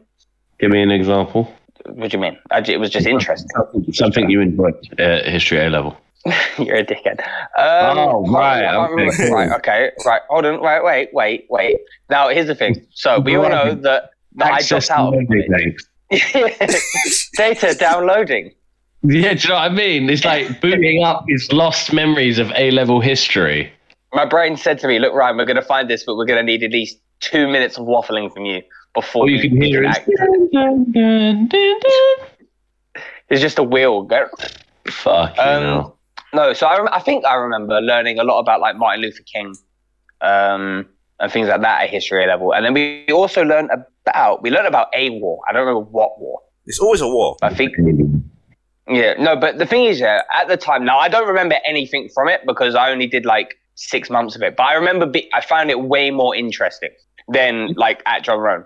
Give me an example. What do you mean? I, ju- it was just interesting. Oh. Something you enjoyed at history A level. [LAUGHS] You're a dickhead. Um, Oh, I right, can't remember- okay, cool. right. Okay. Right. Hold on. Right. Wait. Wait. Wait. Now here's the thing. So we all know that, that I dropped out. Of it. [LAUGHS] data downloading. Yeah, do you know what I mean? [LAUGHS] It's like booting up his lost memories of A level history. My brain said to me, "Look, Ryan, we're going to find this, but we're going to need at least two minutes of waffling from you before All Oh, you can hear is. act." It's just a wheel. go- Fuck. you Um, know. No, so I, rem- I think I remember learning a lot about like Martin Luther King um, and things like that at history level, and then we also learned about we learned about a war. I don't remember what war. It's always a war. I think. Yeah, no, but the thing is, yeah, at the time, now I don't remember anything from it because I only did like six months of it. But I remember be- I found it way more interesting than like at John Roan.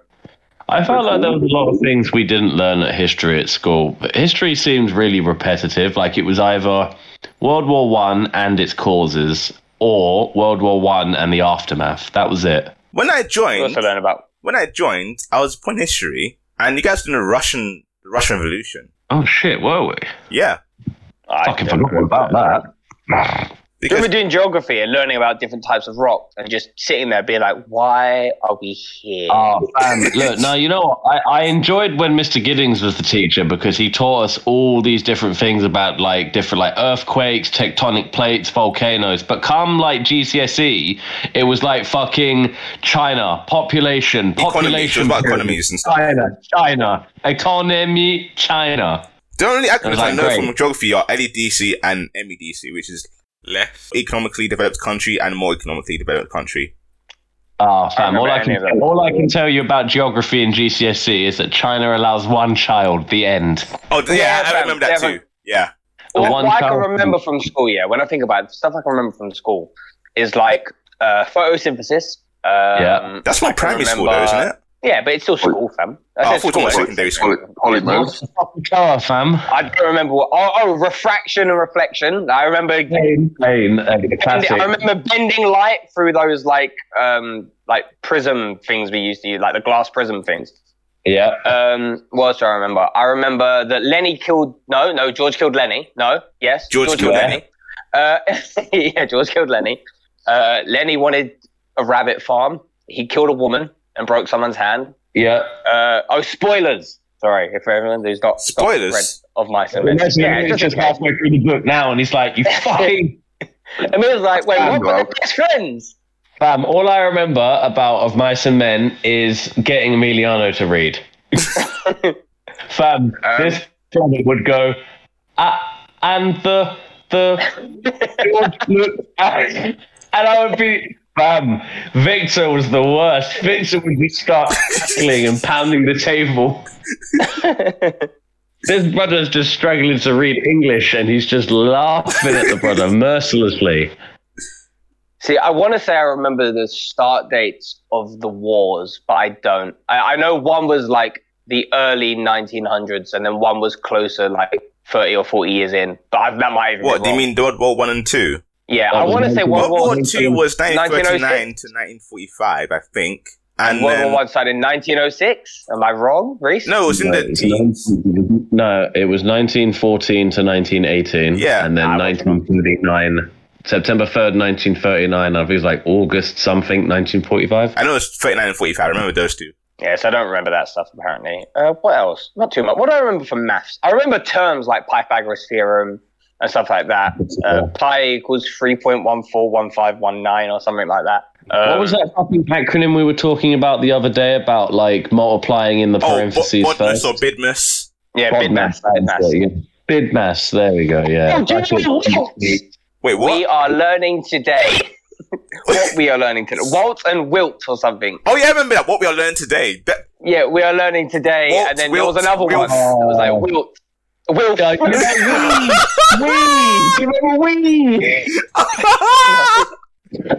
I felt like there was a lot of things we didn't learn at history at school. But history seemed really repetitive. Like it was either World War One and its causes, or World War One and the aftermath. That was it. When I joined, We also learn about. when I joined, I was upon history, and you guys doing the Russian the Russian Revolution. Oh shit! Were we? Yeah, I Fucking forgot all about that. We were Because doing geography and learning about different types of rocks and just sitting there being like, why are we here? [LAUGHS] Uh, Oh, fam, look, now you know what? I, I enjoyed when Mr. Giddings was the teacher because he taught us all these different things about like different like earthquakes, tectonic plates, volcanoes. But come like GCSE, E, it was like fucking China, population, economies, it was population. about economies and stuff. China, China, economy, China. The only acronyms I like, know great. from geography are LEDC and MEDC, which is less economically developed country and more economically developed country. Ah, fam, I all I, remember any can, of all I can tell you about geography and GCSE E is that China allows one child, the end. Oh, yeah, Yeah, I fam, remember that yeah, too. Yeah. The What, one what I can child- remember from school, yeah, when I think about it, stuff I can remember from school is like uh, photosynthesis. Um, yeah. That's my primary school, though, isn't it? Yeah, but it's still school, fam. Oh, I That's thought it school. was secondary school. Polymers. Fucking colour, fam. I don't remember what. Oh, oh, refraction and reflection. I remember. Plain, plain, uh, classic. I remember bending light through those like um like prism things we used to use, like the glass prism things. Yeah. Um, what else do I remember? I remember that Lenny killed. No, no, George killed Lenny. No, yes, George killed Uh, [LAUGHS] yeah, George killed Lenny. Uh, Lenny wanted a rabbit farm. He killed a woman and broke someone's hand. Yeah. Uh, oh, spoilers! Sorry, if everyone who's not got Spoilers? read of my semester. Imagine Yeah, he's just in just case. halfway through the book now, and he's [LAUGHS] like, "You fucking I mean, it was like, wait, what were Bro. the best friends? fam." All I remember about Of Mice and Men is getting Emiliano to read. fam, this brother would go, ah, and the the George looked at, and I would be. Fam, Victor was the worst. Victor would just start tackling and pounding the table. This brother's just struggling to read English and he's just laughing at the brother mercilessly. See, I want to say I remember the start dates of the wars, but I don't. I, I know one was like the early 1900s, and then one was closer, like 30 or 40 years in. But I, that might even be What do you wrong. mean World War One and Two? Yeah, I want to say World World War War Two was 1939 1906. to 1945, I think, and World then War One started in 1906. Am I wrong, Reese? no, it was in the teens. No, Uh, it was 1914 to 1918. Yeah. Ah, And then 1939. September 3rd, 1939. I think it was like August something, 1945. I know it's 39 and 45. I remember those two. Yes, I don't remember that stuff apparently. Uh, what else? Not too much. What do I remember from maths? I remember terms like Pythagoras theorem and stuff like that. Uh, pi equals 3.141519 or something like that. Um, what was that fucking acronym we were talking about the other day about like multiplying in the Oh, Bo- parentheses Bodmus first? or Bidmus. Yeah, bid maths. Bid maths. Bid mass. There we go. Yeah. That's what- Wait, what? We are learning today. [LAUGHS] what we are learning today. Waltz and Wilt or something. oh yeah, I remember that. What we are learning today. [LAUGHS] That- Yeah, we are learning today. Waltz, and then Wilt, there was another Wilt. one. It was like Wilt. Wilt. [LAUGHS] Oh, Yeah, you know, wee, wee, you know, wee.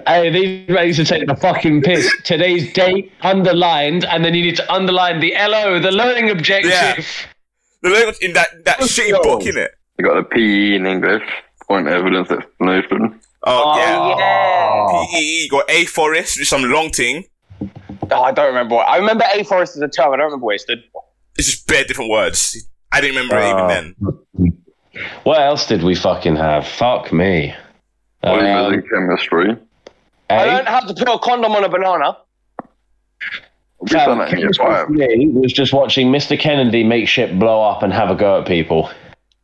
Hey, these guys are taking the fucking [LAUGHS] piss. Today's date underlined, and then you need to underline the LO, the learning objective. Yeah. the language in that that shitty book, innit? You got the PE in English, point evidence explanation. Oh, Oh, yeah. yeah. PEE got A Forest, which is some long thing. Oh, I don't remember what. I remember A Forest as a term. I don't remember what it stood for. It's just bare different words. I didn't remember it even Oh. then. What else did we fucking have? Fuck me. Polymers Um, and chemistry. I eh? learned how to put a condom on a banana. We've done Fam, that in year Chemistry five. for me was just watching Mr. Kennedy make shit blow up and have a go [LAUGHS] at people.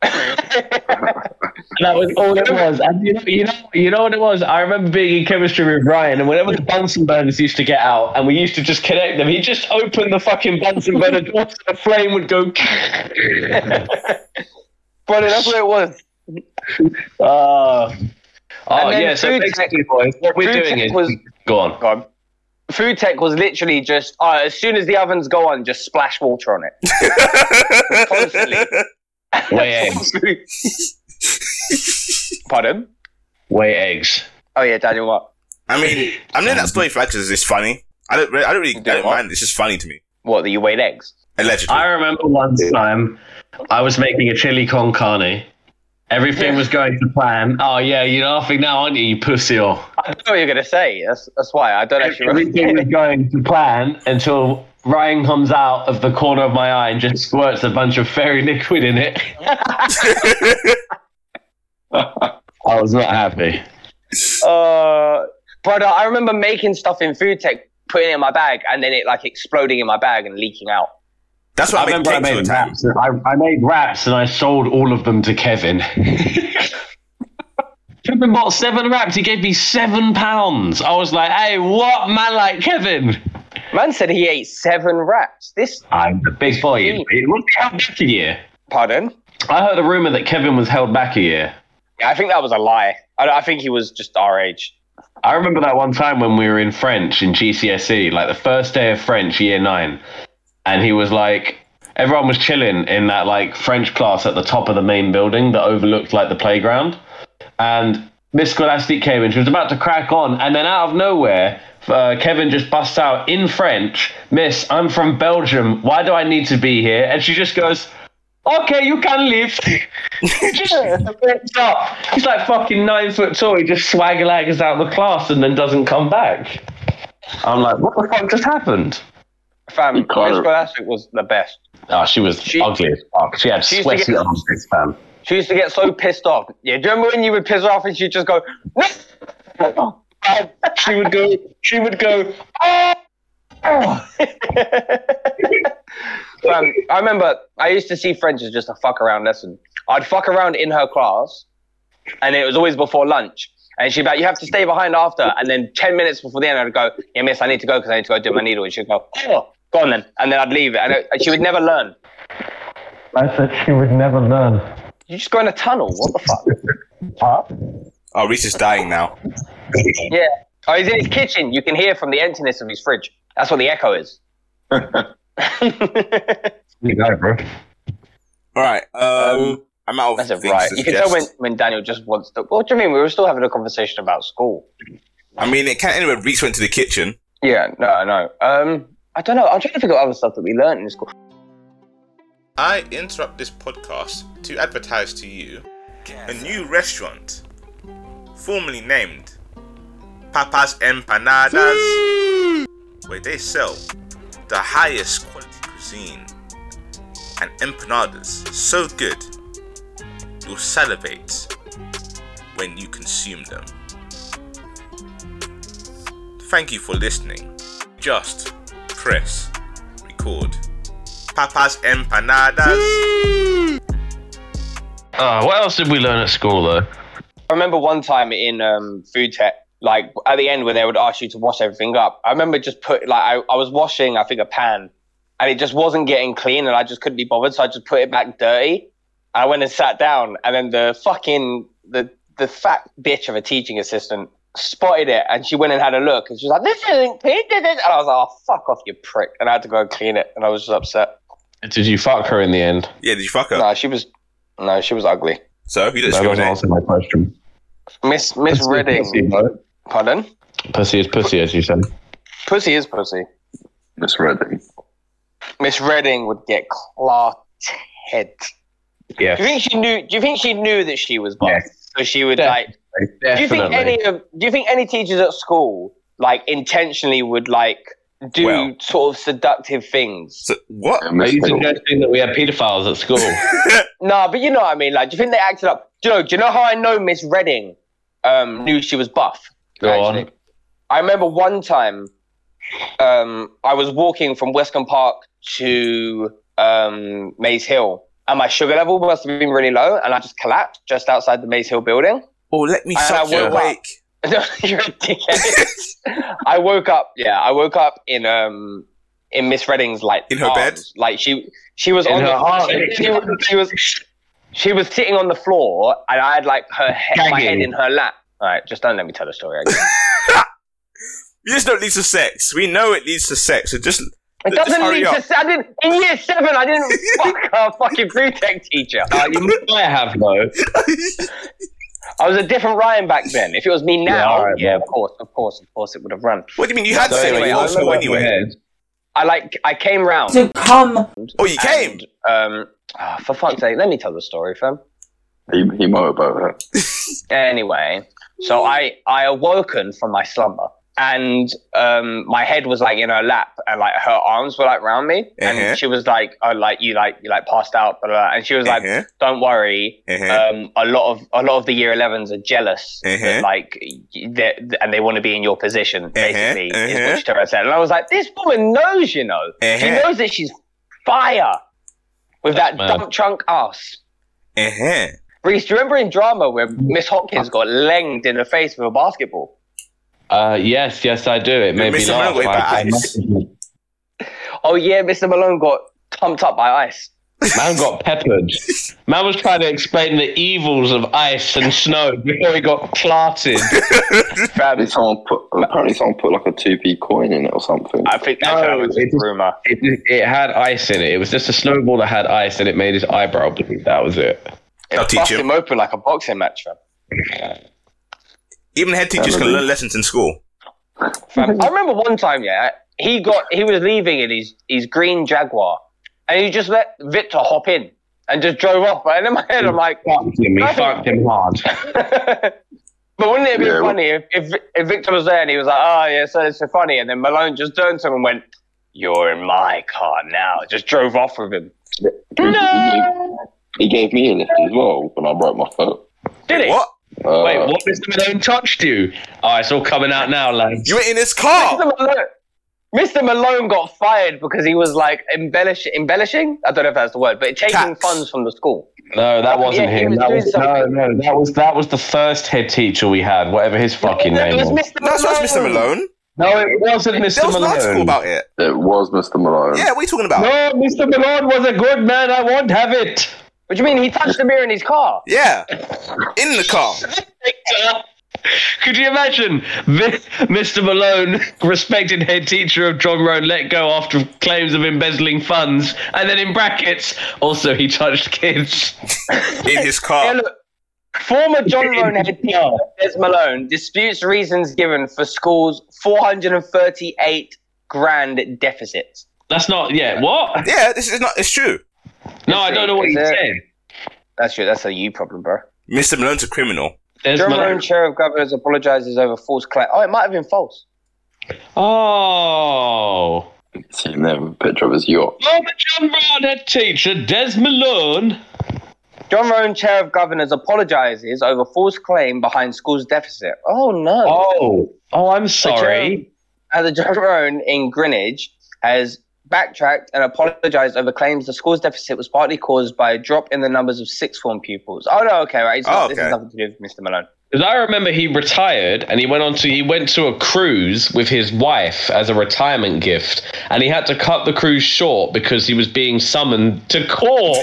That was all it was. And you know, you know, you know what it was. I remember being in chemistry with Ryan, and whenever the Bunsen burners used to get out, and we used to just connect them, he just opened the fucking Bunsen burner door, so the flame would go. [LAUGHS] But that's what it was. Ah. oh And then yeah. So food basically, boys, what we're food doing tech is was- go on. God. Food tech was literally just uh, as soon as the ovens go on, just splash water on it. Constantly. [LAUGHS] Weigh eggs. Pardon? Weigh eggs. Oh yeah, Daniel. What? [LAUGHS] I mean, I'm in that story for because it's funny. I don't, re- I don't really, I don't mind. It's just funny to me. What? That you weighed eggs? Allegedly. I remember one time I was making a chili con carne. Everything was going to plan. Oh yeah, you're laughing now, aren't you, you pussy? Or I don't know what you're gonna say. That's that's why I don't actually [LAUGHS] everything remember. was going to plan until Ryan comes out of the corner of my eye and just squirts a bunch of fairy liquid in it. I was not happy. Uh, brother, I remember making stuff in food tech, putting it in my bag, and then it like exploding in my bag and leaking out. [LAUGHS] That's what I, I made remember I cakes all the made time. raps. and I, I made raps and I sold all of them to [LAUGHS] Kevin. Kevin bought seven raps. He gave me seven pounds. I was like, "Hey, what man like Kevin?" Man said he ate seven wraps. This, I'm the big boy. It it was held back a year. pardon, I heard a rumor that Kevin was held back a year. I think that was a lie. I, I think he was just our age. I remember that one time when we were in French in GCSE, E, like the first day of French, year nine, and he was like, everyone was chilling in that like French class at the top of the main building that overlooked like the playground, and Miss Scholastic came in. She was about to crack on, and then out of nowhere, uh, Kevin just busts out in French, "Miss, I'm from Belgium. Why do I need to be here?" And she just goes. Okay, you can leave. [LAUGHS] He just rips up. He's like fucking nine foot tall. He just swagger out the class and then doesn't come back. I'm like, what the fuck just happened? Fam, Miss can't- Scholastic was the best. Oh, she was She- ugly as fuck. She had She used to sweaty get- arms, this fam. She used to get so pissed off. Yeah, do you remember when you would piss her off and she'd just go, no! She would go. She would go. "Oh." [LAUGHS] Um, I remember I used to see French as just a fuck around lesson. I'd fuck around in her class, and it was always before lunch. And she'd be like, "You have to stay behind after." And then ten minutes before the end, I'd go, "Yeah, miss, I need to go because I need to go do my needle." And she'd go, "Oh, go on then," and then I'd leave it, and, it- and she would never learn. I said she would never learn. You just go in a tunnel. What the fuck? Oh, Reese is dying now. Yeah. Oh, he's in his kitchen. You can hear from the emptiness of his fridge. That's what the [LAUGHS] echo is. That's You go, bro. All right. Um, I'm out of it, things right? to You can tell when, suggest. when Daniel just wants to. What do you mean? We were still having a conversation about school. I mean, it can't end when Reese went to the kitchen. Yeah, no, I know. Um, I don't know. I'm trying to figure out other stuff that we learned in school. I interrupt this podcast to advertise to you a new restaurant, formerly named Papa's Empanadas, where they sell the highest quality cuisine and empanadas so good you'll salivate when you consume them. Thank you for listening. Just press record. Papa's Empanadas. Uh, what else did we learn at school though? I remember one time in um, food tech, like at the end when they would ask you to wash everything up. I remember just put like I, I was washing, I think, a pan, and it just wasn't getting clean, and I just couldn't be bothered, so I just put it back dirty. I went and sat down, and then the fucking the the fat bitch of a teaching assistant spotted it, and she went and had a look, and she was like, "This isn't clean," and I was like, "Oh fuck off, you prick!" And I had to go and clean it, and I was just upset. Did you fuck her in the end? Yeah, did you fuck her? No, she was, no, she was ugly. So you didn't That discriminate. wasn't answering my question. Miss Miss Pussy, Redding. bro. Pardon? pussy is pussy, as you said. Pussy is pussy. Miss Redding. Miss Redding would get clarted. Do you Yeah, think she knew? Do you think she knew that she was bi? Yes. So she would Yeah. like. Do you definitely. think any of? Do you think any teachers at school like intentionally would like do Well. sort of seductive things? So, what? Yeah, Are Miss you Redding. suggesting that we had paedophiles at [LAUGHS] school? Nah, but you know what I mean. Like, do you think they acted up? Do you know? Do you know how I know Miss Redding um, knew she was buff? Go on. I remember one time um, I was walking from Westcombe Park to um, Maze Hill, and my sugar level must have been really low, and I just collapsed just outside the Maze Hill building. [LAUGHS] Oh, let me And I suck your woke wake. You're a dickhead. I woke up. Yeah, I woke up in um in Miss Redding's like In her bed? arms. Like she she was In on her the she, arms. she was, she was she was sitting on the floor, and I had like her he- my Gagging. head in her lap. All right, just don't let me tell the story. Again. [LAUGHS] You just don't lead to sex. We know it leads to sex. So just It Just doesn't hurry lead up. to. I didn't, in year seven, I [LAUGHS] didn't fuck her fucking food tech teacher. Uh, you might have though. I was a different Ryan back then. If it was me now, yeah, all right, man. of course, of course, of course, it would have run. what do you mean? You had So sex anyway, anyway, I also remember anyway. head. I like, I came round. to come. Oh, you came. and, um, ah, for fuck's sake, let me tell the story, fam. He, he might about her. Anyway, so I I awoken from my slumber and um, my head was like in her lap, and like her arms were like round me, Uh-huh. and she was like, "Oh, like you, like you, like passed out," blah, blah, blah. and she was like, Uh-huh. "Don't worry, uh, Uh-huh. um, a lot of a lot of the year 11s are jealous, that, Uh-huh. like, y- they're- and they want to be in your position, basically." Is Uh-huh. what she told her I said, and I was like, "This woman knows, you know, she Uh-huh. knows that she's fire with that mad. dump trunk ass." Uh-huh. Reese, do you remember in drama where Miss Hopkins got lenged in the face with a basketball? Uh, yes, yes, I do. It made me Mr. laugh. Runaway by Like, Ice. Oh yeah, Mr. Malone got pumped up by ice. man got [LAUGHS] peppered. Man was trying to explain the evils of ice and snow before he got clarted. Fam, Apparently someone put apparently someone put like a two p coin in it or something. I think No, that was a it just- rumor. It, it had ice in it. It was just a snowball that had ice, and it made his eyebrow bleed. That was it. It I'll teach bust him. him open like a boxing match, fam. Even head teachers can learn lessons in school. Fam, I remember one time, yeah, he got he was leaving in his his green Jaguar, and he just let Victor hop in and just drove off. And in my head, I'm like, [LAUGHS] Fucked him. He fucked him Oh. hard. but wouldn't it be Yeah, funny if, if if Victor was there and he was like, "Oh yeah, so it's so funny," and then Malone just turned to him and went, "You're in my car now." Just drove off with him. No, He gave me a lift as well when I broke my foot. did it? What? Uh, Wait, what? Mr. Malone touched you. Oh, it's all coming out now, lads. You were in his Mr. car. Malone, Mr. Malone got fired because he was like embellish, embellishing. I don't know if that's the word, but taking Tax. funds from the school. No, that Yeah, wasn't he him. was that doing was, no, something. no, that was that was the first head teacher we had, whatever his fucking it name was was. Mr. Malone. That's not Mr. Malone. No, it wasn't Mr. There was an Malone. article about it. It was Mr. Malone. Yeah, what are you talking about? No, Mr. Malone was a good man. I won't have it. What do you mean? He touched the mirror in his car. Yeah, in the [LAUGHS] car. Could you imagine Mi- Mr. Malone, [LAUGHS] respected head teacher of John Roan, let go after claims of embezzling funds, and then in brackets, also he touched kids. In his Yeah, car. look, former John Roan head teacher Des Malone disputes reasons given for school's 438 grand deficit. That's not, yeah, what? Yeah, this is not. It's true. No, I don't know what he Is it- said. That's true. That's a you problem, bro. Mr. Malone's a criminal. There's John Malone. Roan, chair of governors, apologizes over false claim. Oh, it might have been false. Oh. Seen them picture of his [LAUGHS] yacht. Former John Roan head teacher Des Malone. John Roan, chair of governors, apologizes over false claim behind school's deficit. Oh no. Oh. Oh, I'm sorry. as a Jerome in Greenwich has backtracked and apologized over claims the school's deficit was partly caused by a drop in the numbers of sixth form pupils. Oh no, okay, right. It's not, Oh, This okay. has nothing to do with Mr. Malone. Because I remember he retired and he went on to he went to a cruise with his wife as a retirement gift, and he had to cut the cruise short because he was being summoned to court.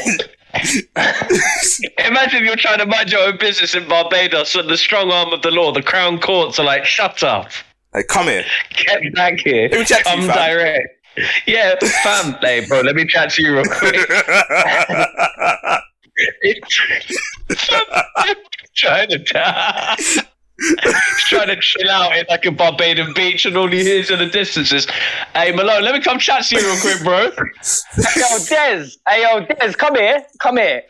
[LAUGHS] Imagine you're trying to mind your own business in Barbados and the strong arm of the law, the Crown Courts are like, shut up, Like, come here. get back here, Let me chat to you, I'm fam." Um, direct. Yeah, fam, hey bro, let me chat to you real quick. trying to He's trying to chill out in like a Barbadian beach and all he hears in the distance is, "Hey Malone, let me come chat to you real quick, bro." [LAUGHS] Hey, yo, Des. Hey, yo, Des, come here. Come here.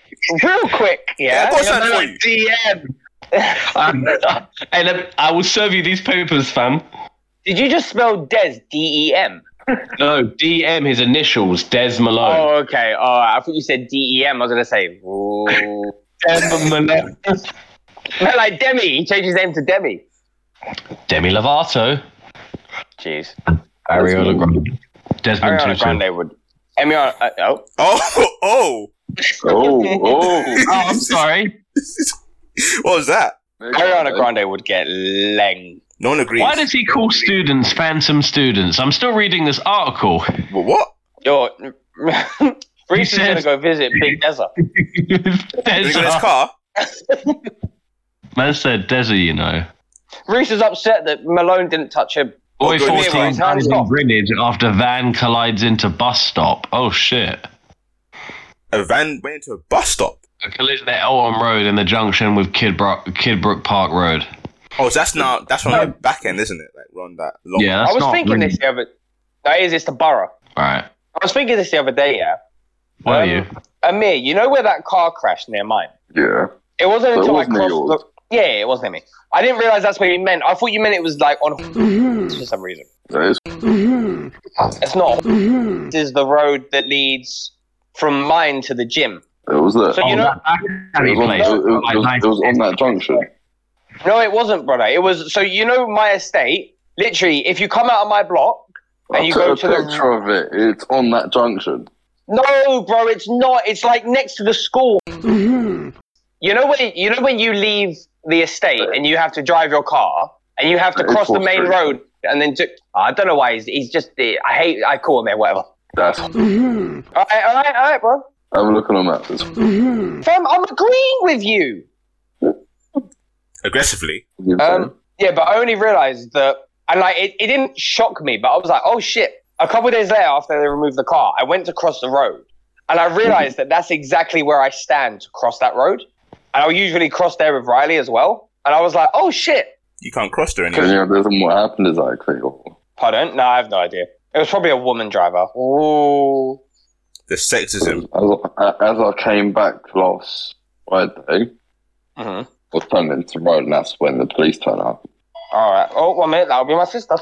Real quick. [LAUGHS] Yeah, I've Yeah. got something for you. DM. Um, hey, let me- I will serve you these papers, fam. Did you just spell Des? D E M? No, DM his initials, Des Malone. Oh, okay. All right. I thought you said D E M. I was going to say. [LAUGHS] Ooh. Des Malone. No, like Demi. He changed his name to Demi. Demi Lovato. Jeez. Ariana Grande. Desmond Ariana Tutu. Grande would. Ariana, uh, oh. Oh, [LAUGHS] oh. Oh, oh. Oh, I'm sorry. What was that? oh. [LAUGHS] Ariana Grande would get leng. No one agrees. Why does he call students phantom students? I'm still reading this article. But what? [LAUGHS] Yo, [LAUGHS] Reese He is gonna says- go visit Big [LAUGHS] Desert. Did he Des- go in his car? Man said desert, you know. Reese is upset that Malone didn't touch him. Boy good. 14 Hands dies in off. Greenwich after van collides into bus stop. Oh shit. A van went into a bus stop. A collision at Elm Road in the junction with Kidbrook, Kidbrook Park Road. Oh, so that's now that's from the back end, isn't it? Like we're on that long. Yeah, that's I was not thinking really- this the other. That is, it's the borough. Alright. I was thinking this the other day. Yeah, Where Um, are you? Amir, you know where that car crashed near mine? Yeah. It wasn't But it until I was near crossed. yours. The, Yeah, it was Emmy. I didn't realize that's what you meant. I thought you meant it was like on for some reason. That is- It's [LAUGHS] not. This is the road that leads from mine to the gym. It was there. Um, So you know, it was on, place. it- it- it was- it was on that junction. no, it wasn't, brother. It was so you know my estate. Literally, if you come out of my block and I you took go a to the picture of it. It's on that junction. no, bro, it's not. It's like next to the school. You know when you know when you leave the estate and you have to drive your car and you have to It is cross the Wall main Street. road and then to, I don't know why he's, he's just I hate I call him there whatever. That's. All right, all right, all right, bro. Have a look on a map. It's, Fam, I'm agreeing with you. Aggressively. Um, yeah, but I only realised that, and like, it, it didn't shock me, but I was like, oh shit. A couple of days later, after they removed the car, I went to cross the road, and I realised that that's exactly where I stand to cross that road. And I'll usually cross there with Riley as well. And I was like, oh shit. You can't cross there Can anymore. you understand what happened exactly? Pardon? No, I have no idea. It was probably a woman driver. Ooh. The sexism. As I, as I came back last Friday, Mhm. I turned into the road, and that's when the police turned up. All right. Oh, one minute. That'll be my sister.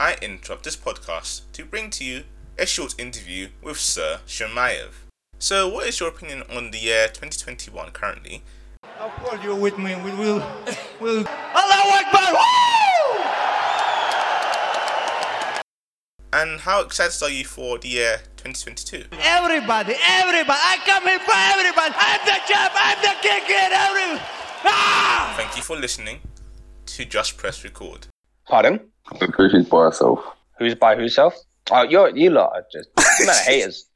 I interrupt this podcast to bring to you a short interview with Sir Shemaev. So, what is your opinion on the year 2021 currently? I'll call you with me. We will. We'll. And how excited are you for the year 2022? Everybody, everybody. I come here for everybody. I'm the champ. I'm the king. Get every. Ah! Thank you for listening to Just Press Record. Pardon? The police is by herself. Who's by who's self? Oh, you're, you lot are just man, haters.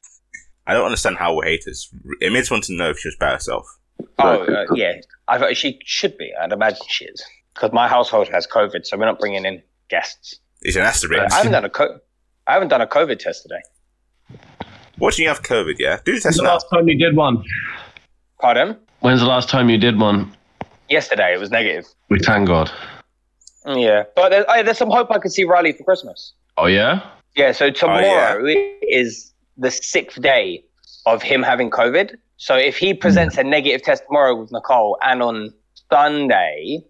I don't understand how we're haters. It made us want to know if she was by herself. Oh uh, yeah, I thought she should be. I'd imagine she is because my household has COVID, so we're not bringing in guests. It's an asterisk. I haven't done a co- I haven't done a COVID test today. What do you have COVID, yeah? Do the When's test the now. last time you did one? Pardon? When's the last time you did one? Yesterday it was negative. We thank God. Yeah, but there's, oh, there's some hope I could see Riley for Christmas. Oh yeah. Yeah, so tomorrow is the sixth day of him having COVID. So if he presents a negative test tomorrow with Nicole and on Sunday,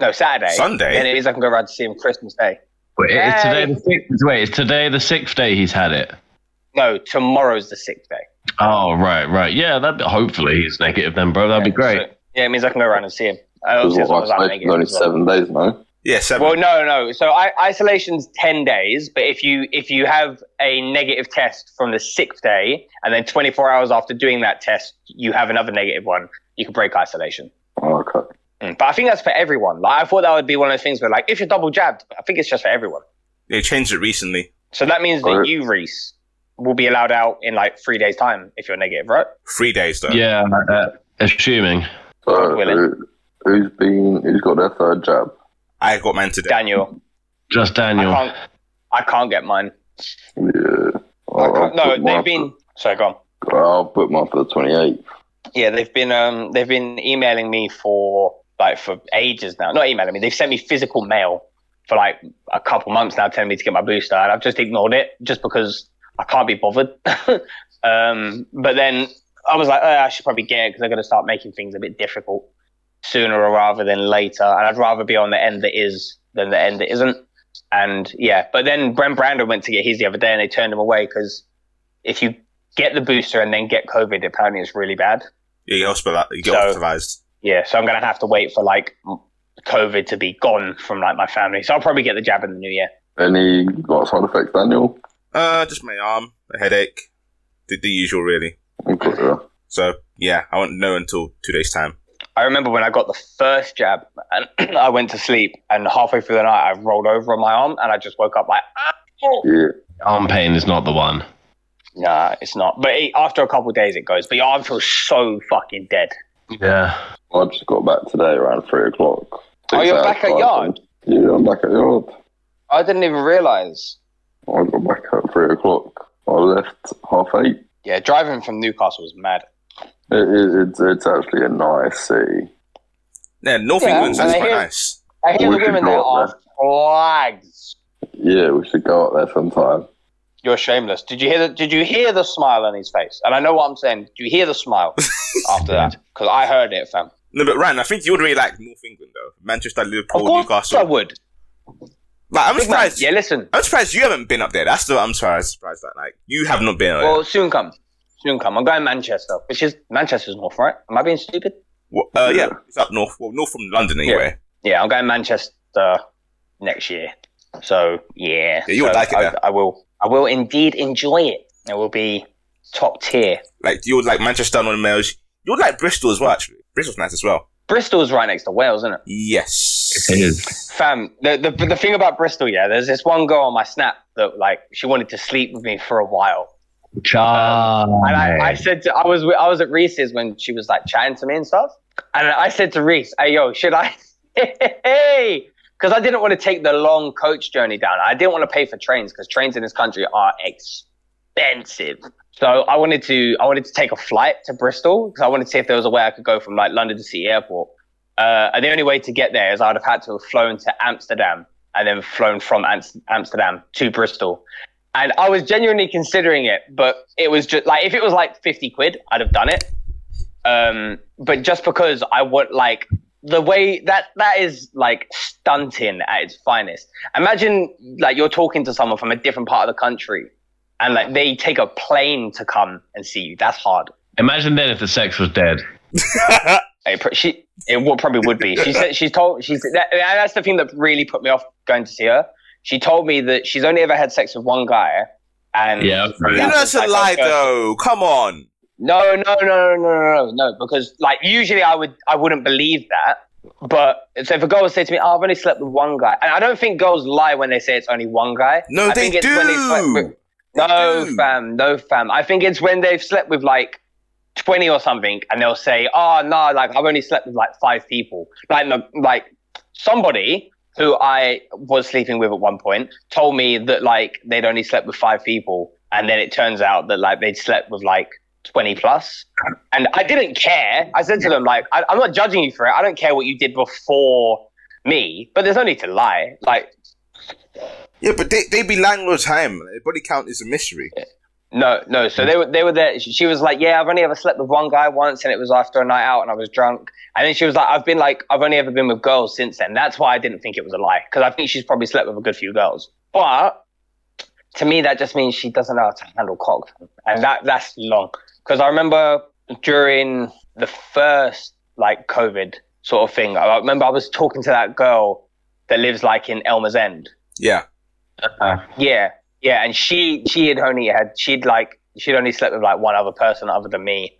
no Saturday, Sunday? then it is I can go around to see him Christmas Day. Wait, is today Yay. the sixth? Wait, is today the sixth day he's had it? No, tomorrow's the sixth day. Oh right, right. Yeah, that hopefully he's negative then, bro. That'd be great. So- yeah, it means I can go around and see him. I It was obviously what, as long as I'm like, negative only as well. seven days, no? Yeah, seven. Well, no, no. So I, isolation's ten days, but if you if you have a negative test from the sixth day, and then 24 hours after doing that test, you have another negative one, you can break isolation. Oh, okay. Mm. But I think that's for everyone. Like I thought that would be one of those things where like if you're double jabbed, I think it's just for everyone. they changed it recently. So that means that Alright. you, Reese, will be allowed out in like three days' time if you're negative, right? Three days, though. Yeah, uh, assuming. So, Will it? who, who's been, who's got their third jab? I got mine today. Daniel, Just I Daniel. can't, I can't get mine. I Yeah. I'll- I'll can't- no, put mine they've been. Sorry, go on. for- I'll put mine for the 28th. Yeah, they've been um they've been emailing me for like for ages now. Not emailing me, they've sent me physical mail for like a couple months now telling me to get my booster and I've just ignored it just because I can't be bothered. [LAUGHS] um but then I was like, oh, I should probably get it because I'm going to start making things a bit difficult sooner rather than later. And I'd rather be on the end that is than the end that isn't. And yeah, but then Brent Brandon went to get his the other day and they turned him away because if you get the booster and then get COVID, apparently it's really bad. You get, hospitalized. you get So- hospitalized. Yeah, so I'm gonna have to wait for like COVID to be gone from like my family. So I'll probably get the jab in the new year. Any got side effects, Daniel? Uh, just my arm, a headache, the, the usual, really. I've got, uh, So, yeah, I won't know until two days' time. I remember when I got the first jab and [CLEARS THROAT] I went to sleep and halfway through the night I rolled over on my arm and I just woke up like, "Ah." Yeah. Arm pain is not the one. nah, it's not. But it, after a couple of days it goes. But your arm feels so fucking dead. Yeah. I just got back today around three o'clock. Oh, Six you're hours back at driving. yard? Yeah, I'm back at yard. I didn't even realize. I got back at three o'clock. I left half eight. Yeah, driving from Newcastle was mad. It, it, it's, it's actually a nice city. Yeah, North Yeah, England's and is I quite hear- nice. I hear the Wicked women there lot, are flags. Yeah, we should go out there sometime. You're shameless. Did you hear the Did you hear [LAUGHS] the smile on his face? And I know what I'm saying. Did you hear the smile after that? Because I heard it, fam. No, but Ryan, I think you would really like North England though. Manchester, Of Liverpool, course Newcastle. I would. Like, I'm Big man. surprised. Yeah, listen. I'm surprised you haven't been up there. That's the I'm surprised. Surprised that like you have not been. uh, Up Well, soon come. Soon come. I'm going Manchester, which is Manchester's north, right? Am I being stupid? there. Well, uh, yeah, it's up north. Well, north from London anyway. Yeah, I'm going Manchester next year. So yeah, Yeah, you So would like it I, there. I will. I will indeed enjoy it. It will be top tier. Like you would like Manchester on the Mails. You would like Bristol as well. Actually, Bristol's nice as well. Bristol's right next to Wales, isn't it? Yes. It is. Fam, the, the the thing about Bristol, yeah, there's this one girl on my snap that like she wanted to sleep with me for a while, And I, I said to, I was with- I was at Reese's when she was like chatting to me and stuff. And I said to Reese, "Hey yo, should I?" [LAUGHS] Hey, because I didn't want to take the long coach journey down. I didn't want to pay for trains because trains in this country are expensive. So I wanted to I wanted to take a flight to Bristol because I wanted to see if there was a way I could go from like London to City Airport. Uh, and the only way to get there is I'd have had to have flown to Amsterdam and then flown from Amst- Amsterdam to Bristol and I was genuinely considering it, but it was just like if it was like fifty quid, I'd have done it. Um, but just because I want like the way that that is like stunting at its finest. Imagine like you're talking to someone from a different part of the country, and like they take a plane to come and see you. That's hard. Imagine then if the sex was dead. It, pro- she it would, probably would be. She said she's told she's that, and that's the thing that really put me off going to see her. She told me that she's only ever had sex with one guy, and Yeah. You right. know that's a Like, lie like, uh, though. Come on. No, no, no, no, no, no, no, no. Because like usually I would, I wouldn't believe that. But so if a girl would say to me, oh, "I've only slept with one guy," and I don't think girls lie when they say it's only one guy. No, I they think it's when they slept do. with- They no, do. fam, no, fam. I think it's when they've slept with like twenty or something, and they'll say, "Oh no, like I've only slept with like five people." Like, no, like somebody who I was sleeping with at one point told me that like they'd only slept with five people, and then it turns out that like they'd slept with like twenty plus, and I didn't care. I said to them like, I, "I'm not judging you for it. I don't care what you did before." Me, but there's no need to lie. Like, Yeah, but they they be lying all the time. Their body count is a mystery. No, no. So they were they were there. She she was like, "Yeah, I've only ever slept with one guy once, and it was after a night out, and I was drunk." And then she was like, "I've been like, I've only ever been with girls since then." That's why I didn't think it was a lie because I think she's probably slept with a good few girls. But to me, that just means she doesn't know how to handle cock, and that that's long. Because I remember during the first like COVID sort of thing, I remember I was talking to that girl that lives like in Elmer's End. Yeah. Yeah, yeah, and she she had only had she'd like she'd only slept with like one other person other than me.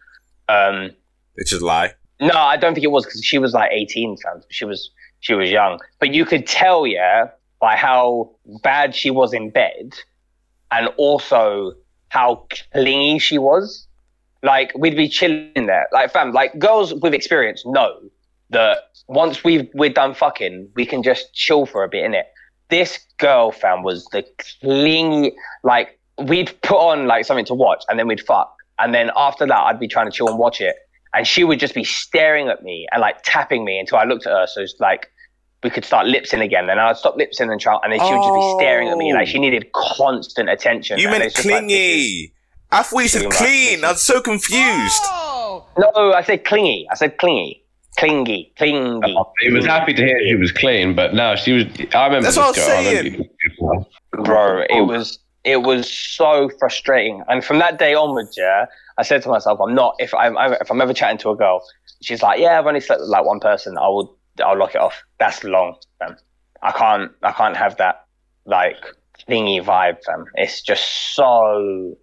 Um, It's just a lie. no, I don't think it was because she was like eighteen. Fans. She was she was young, but you could tell, yeah, by how bad she was in bed, and also how clingy she was. Like we'd be chilling there, like fam, like girls with experience know that once we've we're done fucking, we can just chill for a bit, innit? This girl, fam, was the clingy. Like we'd put on like something to watch, and then we'd fuck, and then after that, I'd be trying to chill and watch it, and she would just be staring at me and like tapping me until I looked at her, so it's like we could start lipsing again. Then I'd stop lipsing and try, and then she would just be staring at me like she needed constant attention. You and meant it's just like, this is- clingy. I thought you said Clean, right. clean. I was so confused. Ah! No, I said clingy. I said clingy. Clingy. Clingy. He was happy to hear she was clean, but no, she was. I remember That's this what I was girl, I saying. remember you- Bro, it was it was so frustrating. And from that day onwards, yeah, I said to myself, I'm not if I'm I'm- if I'm ever chatting to a girl, she's like, yeah, I've only slept with like one person. I will I'll lock it off. That's long, fam. I can't I can't have that like thingy vibe, fam. It's just so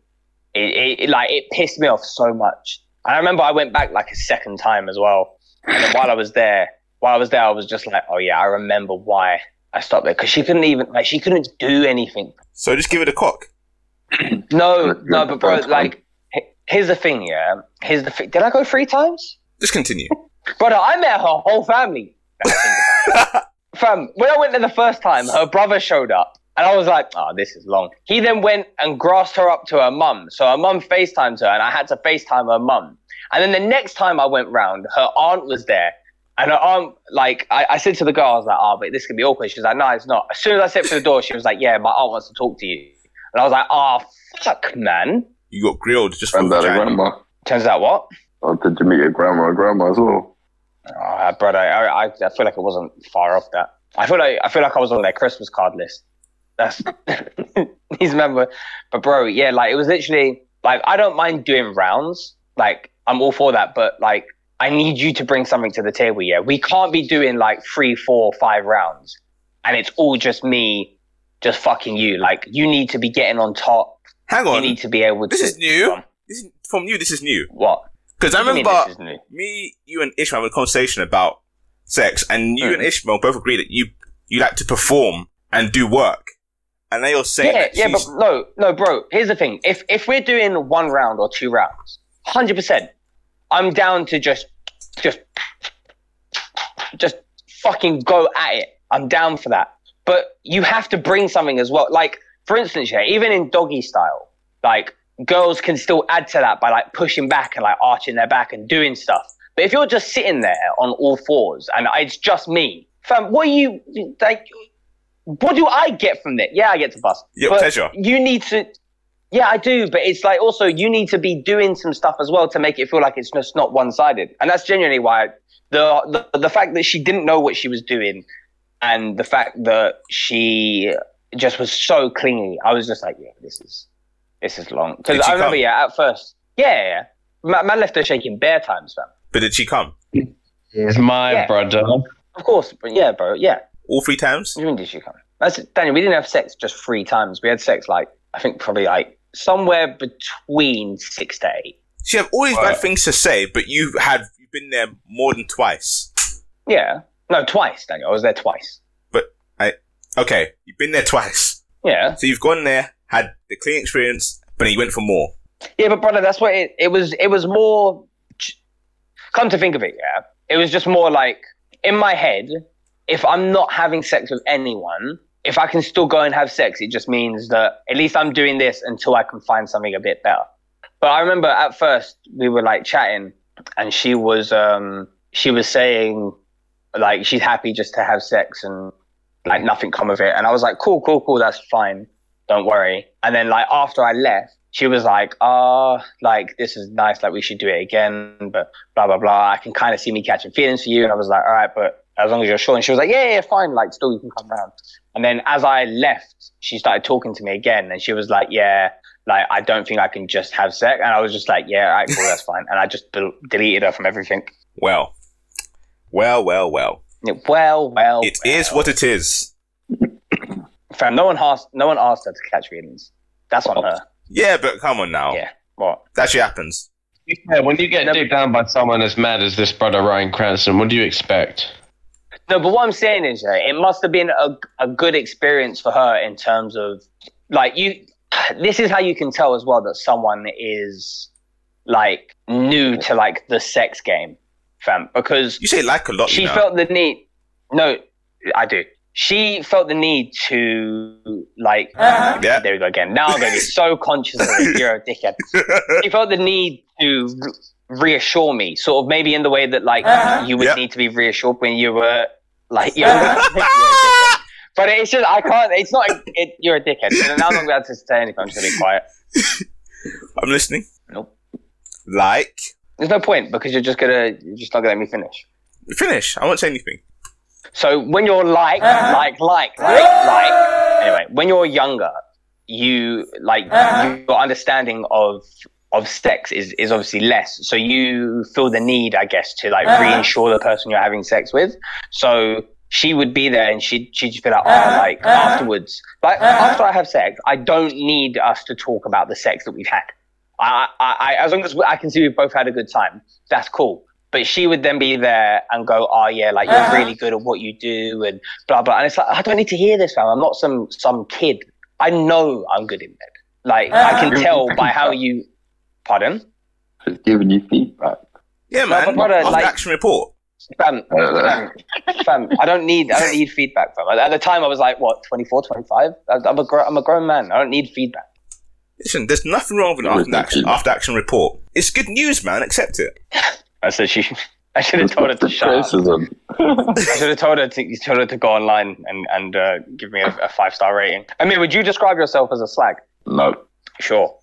it, it, it like it pissed me off so much. And I remember I went back like a second time as well. And then while I was there, while I was there, I was just like, oh yeah, I remember why I stopped there because she couldn't even like she couldn't do anything. So just give it a cock. No, Mm, no, yeah, but bro, that's like he- here's the thing, yeah. Here's the thing. Did I go three times, Just continue. brother? I met her whole family. Now I think about it. Fam, when I went there the first time, her brother showed up, and I was like, "Oh, this is long." He then went and grassed her up to her mum, so her mum FaceTimed her, and I had to FaceTime her mum. And then the next time I went round, her aunt was there. And her aunt, like, I, I said to the girl, I was like, oh, but this could be awkward. She was like, no, it's not. As soon as I stepped through the door, she was like, yeah, my aunt wants to talk to you. And I was like, oh, fuck, man. You got grilled just for And then a vagina. grandma. Turns out what? Oh, did you meet your grandma and grandma as well? Ah, brother, I, I I feel like I wasn't far off that. I feel like I feel like I was on their Christmas card list. That's [LAUGHS] these member, but bro, yeah, like it was literally like I don't mind doing rounds. Like I'm all for that, but like I need you to bring something to the table. Yeah, we can't be doing like three, four, five rounds, and it's all just me, just fucking you. Like you need to be getting on top. Hang You on. need to be able to. This is new. This is, from you, this is new. What? Because I What do you mean remember this is new? me, you, and Ishmael had a conversation about sex, and Hmm. you and Ishmael both agreed that you you like to perform and do work. And now you're saying Yeah, that yeah, but she's no, no, bro. Here's the thing: if if we're doing one round or two rounds, hundred percent, I'm down to just, just, just fucking go at it. I'm down for that. But you have to bring something as well. Like for instance, yeah, even in doggy style, like girls can still add to that by like pushing back and like arching their back and doing stuff. But if you're just sitting there on all fours and it's just me, fam, what are you like? What do I get from it? Yeah, I get to bust. Your But pleasure. You need to. Yeah, I do, but it's like also you need to be doing some stuff as well to make it feel like it's just not one-sided, and that's genuinely why the the, the fact that she didn't know what she was doing, and the fact that she just was so clingy, I was just like, yeah, this is this is long. Because Did she I remember, come? yeah, at first, yeah, yeah, yeah. Man, man left her shaking bare times, man. but did she come? Here's my Yeah. brother. Of course, but yeah, bro, yeah. All three times? When did she come? That's Daniel. We didn't have sex just three times. We had sex like I think probably like somewhere between six to eight. She have all these bad Right. things to say, but you had you've been there more than twice. Yeah, no, twice, Daniel. I was there twice. Okay, you've been there twice, Yeah, so you've gone there, had the clean experience, but then you went for more. yeah, but brother, that's what it, it was. It was more. Come to think of it, yeah, it was just more like in my head. If I'm not having sex with anyone, if I can still go and have sex, it just means that at least I'm doing this until I can find something a bit better. But I remember at first we were like chatting, and she was um she was saying like she's happy just to have sex and like nothing come of it. And I was like, cool, cool, cool, that's fine, don't worry. And then like after I left, she was like, ah, like this is nice, like we should do it again, but blah blah blah. I can kind of see me catching feelings for you, and I was like, all right, but as long as you're sure. And she was like, yeah, yeah, fine, like still you can come round. And then as I left, she started talking to me again, and she was like, yeah. Like I don't think I can just have sex, and I was just like, "Yeah, all right, [LAUGHS] cool, that's fine." And I just del- deleted her from everything. Well, well, well, well. Yeah, Well, well, It is what it is. Fam, no one asked. No one asked her to catch feelings. That's Oh, on her. Yeah, but come on now. Yeah. What? That shit happens. Yeah, when you get No. dipped down by someone as mad as this brother Ryan Cranston, what do you expect? No, but what I'm saying is, yeah, it must have been a a good experience for her in terms of like you. This is how you can tell as well that someone is like new to like the sex game, fam, because You say like a lot, she you know. felt the need. No, I do. She felt the need to like. Yeah. There we go again. Now I'm going to be so conscious of [LAUGHS] it. You're a dickhead. She felt the need to reassure me, sort of maybe in the way that like you would Yep. need to be reassured when you were like you're, you're a dickhead. But it's just I can't. It's not. It, you're a dickhead. So now I'm not glad to say anything. I'm just going to be quiet. I'm listening. Nope. Like, There's no point because you're just gonna. You're just not gonna let me finish. finish. I won't say anything. So when you're like, like, like, like, like, anyway, when you're younger, you like your understanding of of sex is is obviously less. So you feel the need, I guess, to like reassure the person you're having sex with. So she would be there and she'd, she'd just be like, oh, like afterwards, like after I have sex, I don't need us to talk about the sex that we've had. I, I, I as long as we, I can see we've both had a good time, that's cool. But she would then be there and go, oh yeah, like you're really good at what you do and blah blah. And it's like I don't need to hear this, man. I'm not some some kid. I know I'm good in bed. Like I can tell by how [LAUGHS] you. Pardon. Just giving you feedback. Yeah, No, man. but brother, After like- action report. Fam, Uh, fam, I don't need I don't need feedback, fam. At the time, I was like, what, 24, 25? I- I'm a gro- I'm a grown man. I don't need feedback. Listen, there's nothing wrong with an after action, after action report. It's good news, man. Accept it. I said she. [LAUGHS] I should have it's told her to constructive shut up. criticism. I should have told her to told her to go online and and uh, give me a, a five star rating. I mean, would you describe yourself as a slag? No, Sure.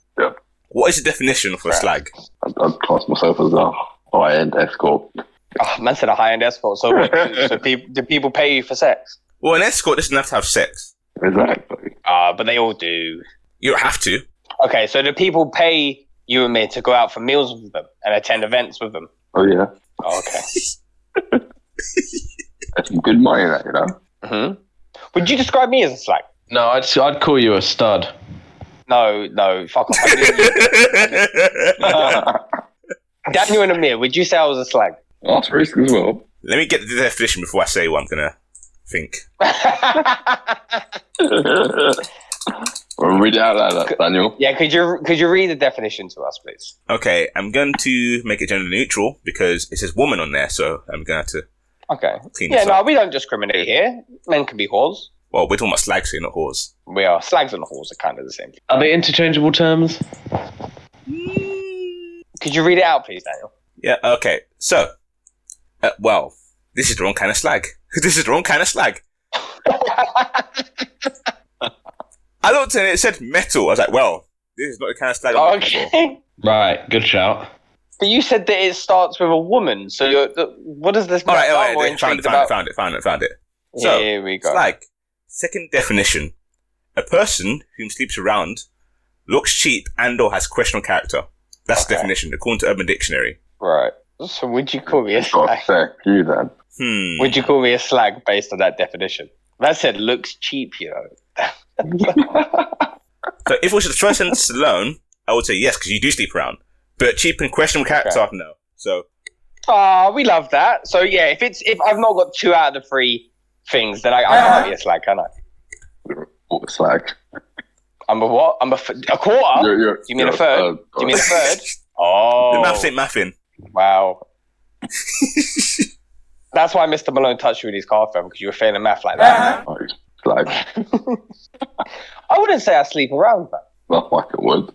What is the definition for a slag? I'd, I'd class myself as a high-end escort. Oh, man said a high end escort. So, what, so [LAUGHS] peop do people pay you for sex? Well, an escort doesn't have to have sex. Exactly. Ah, but they all do. You don't have [LAUGHS] to. Okay, so do people pay you and me to go out for meals with them and attend events with them? Oh yeah, Oh, [LAUGHS] okay. that's some good money, that you know. hmm Would you describe me as a slag? No, I'd, s- I'd call you a stud. No, no, fuck off. I knew you. [LAUGHS] Daniel and Amir, would you say I was a slag? [LAUGHS] That's risk as well. Let me get the definition before I say what I'm gonna think. Read it out like that, Daniel. yeah, could you could you read the definition to us, please? Okay, I'm going to make it gender neutral because it says woman on there, so I'm gonna have to Okay. clean Yeah, this no, up. we don't discriminate here. Men can be whores. Well, we're talking about slags here, not whores. We are slags and whores are kind of the same. thing. Are they interchangeable terms? Could you read it out, please, Daniel? [LAUGHS] Yeah, okay. So, uh, well, this is the wrong kind of slag. [LAUGHS] this is the wrong kind of slag. I looked and it said metal. I was like, well, this is not the kind of slag. Oh, I'm looking for. Okay. Right, good shout. But you said that it starts with a woman, so you're, th- what does this All right, make? all I'm right, more found it, intrigued found it, about- found it, found it, found it. So, Here we go. Slag. Second definition: a person whom sleeps around, looks cheap, and/or has questionable character. That's the Okay. definition according to Urban Dictionary. Right. So would you call me a God, slag? fuck Oh, you then. Hmm. Would you call me a slag based on that definition? That said, looks cheap, you know. So if it was the first sentence alone, I would say yes because you do sleep around. But cheap and questionable character, no. So Ah, we love that. So yeah, if it's if I've not got two out of the three things, then I, I can't be a slag, can I? What a slag? I'm a what? I'm a, f- a quarter. You're- you're- you mean a you're third? Do you mean a God. third? the Oh, maths ain't mathing. Wow. That's why Mr. Malone touched you with his car phone because you were failing math like that. Oh, slag. I wouldn't say I sleep around, but That's like it would.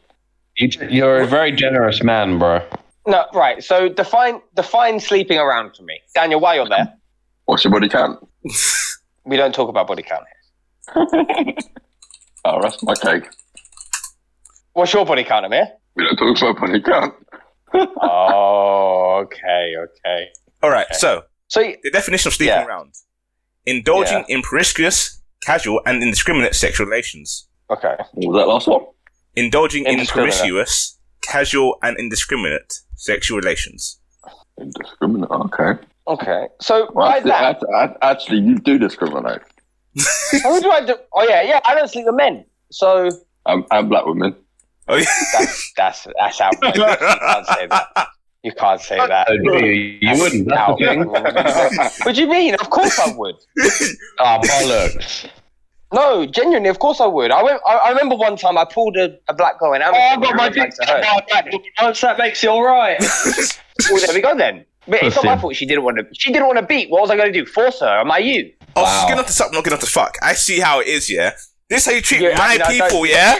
You, you're a very generous man, bro. no, right. So define define sleeping around for me, Daniel. While you're there, What's your body count? we don't talk about body count here. Oh, that's my cake. What's your body count, Amir? We don't talk about body count. oh, okay, okay. All right. So So y- the definition of sleeping Yeah. around: indulging in promiscuous, casual, and indiscriminate sexual relations. okay, What was that last one? Indulging in Indiscriminate. promiscuous, casual, and indiscriminate sexual relations. Indiscriminate. Okay. okay. So Well, by actually, that, act- act- actually, you do discriminate. who do I do? Oh yeah, yeah. I don't sleep with men, so I'm, I'm black women. Oh yeah. [LAUGHS] that's that's that's outrageous. You can't say that. You can't say that. Oh, dear, you wouldn't. That's the thing. Outrageous. [LAUGHS] what do you mean? Of course I [LAUGHS] would. Ah, bollocks. No, genuinely, of course I would. I went. I, I remember one time I pulled a, a black girl in Oh, Amazon. and I went back to her. Once Oh, that makes you all right. [LAUGHS] Well, there we go then. But it's not my Pussy. fault. She didn't want to. She didn't want to beat. What was I going to do? Force her? Am I you? [LAUGHS] Oh, she's good enough to suck, not good enough to fuck. I see how it is. Yeah. This is how you treat Yeah, my I mean, I don't- people. [LAUGHS] Yeah.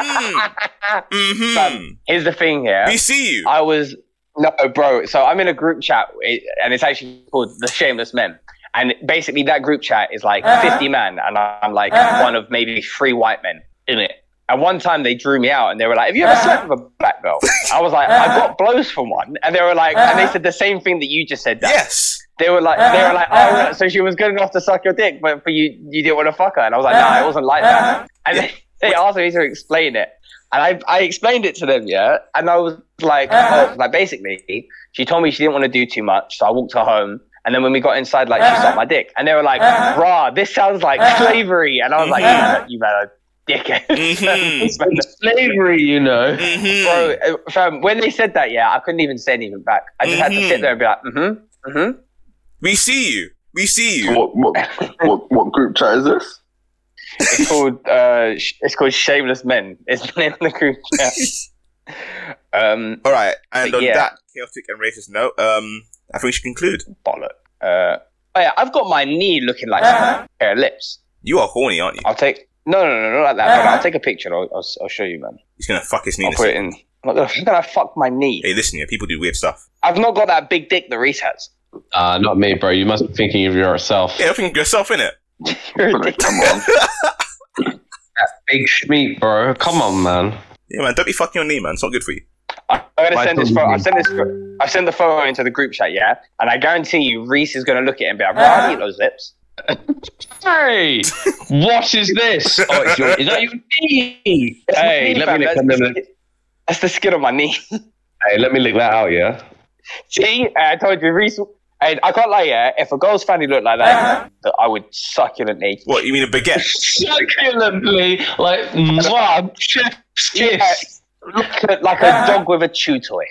mm-hmm. mm-hmm. Here's the thing. Yeah, We see you. I was no, bro. So I'm in a group chat, it- and it's actually called the Shameless Men. And basically, that group chat is like 50 men, and I'm like one of maybe three white men in it. At one time, they drew me out, and they were like, "Have you ever slept with a black girl?" I was like, "I got blows from one," and they were like, and they said the same thing that you just said. Dan. Yes. They were like, they were like, oh, so she was good enough to suck your dick, but for you, you didn't want to fuck her. And I was like, no, it wasn't like that. And they, they asked me to explain it, and I, I explained it to them, yeah. And I was like, oh, like basically, she told me she didn't want to do too much, so I walked her home. And then when we got inside, like she sucked my dick, and they were like, "Rah, this sounds like slavery." And I was like, "You man, you man are [LAUGHS] dickhead." Mhm. Slavery, you know. Mm-hmm. Bro, uh, fam, when they said that, yeah, I couldn't even say anything back. I just had to Mhm. sit there and be like, "Mm-hmm, mm-hmm." We see you. We see you. What, what, what, what group chat is this? It's called uh, sh- it's called Shameless Men. It's [LAUGHS] been in the group chat. [LAUGHS] um, All right. And But on yeah. that chaotic and racist note, um, I think we should conclude. bollock. Uh, oh yeah, I've got my knee looking like a pair of lips. You are horny, aren't you? I'll take no, no, no, no, not like that. But I'll take a picture. And I'll, I'll, si will show you, man. He's gonna fuck his knee. I'll this put year. it in. I'm not gonna, I'm gonna fuck my knee. Hey, listen, yeah, people do weird stuff. I've not got that big dick that Reese has. Ah, not me, bro. You must be thinking of yourself. Yeah, I think yourself in it. You're a Come dick. on. Big schmeat, bro. Come on, man. Yeah, man, don't be fucking your knee, man. It's not good for you. I I'm gonna Why send this don't photo. you- I send this. pho- I send the photo into the group chat, yeah, and I guarantee you, Reese is gonna look at it and be like, "Well, I need those lips." Hey, what is this? [LAUGHS] Oh, it's your, is that your knee? It's my Hey, knee, let me fam. That's lick, let me the lick, skin- That's the skin on my knee. hey, let me lick that out, yeah. See, uh, I told you, Reese. And I can't lie, yeah. If a girl's fanny looked like that, that I would succulently. What you mean a baguette? Succulently, like mwah, chef's kiss. Yeah, like a, uh, like a dog with a chew toy.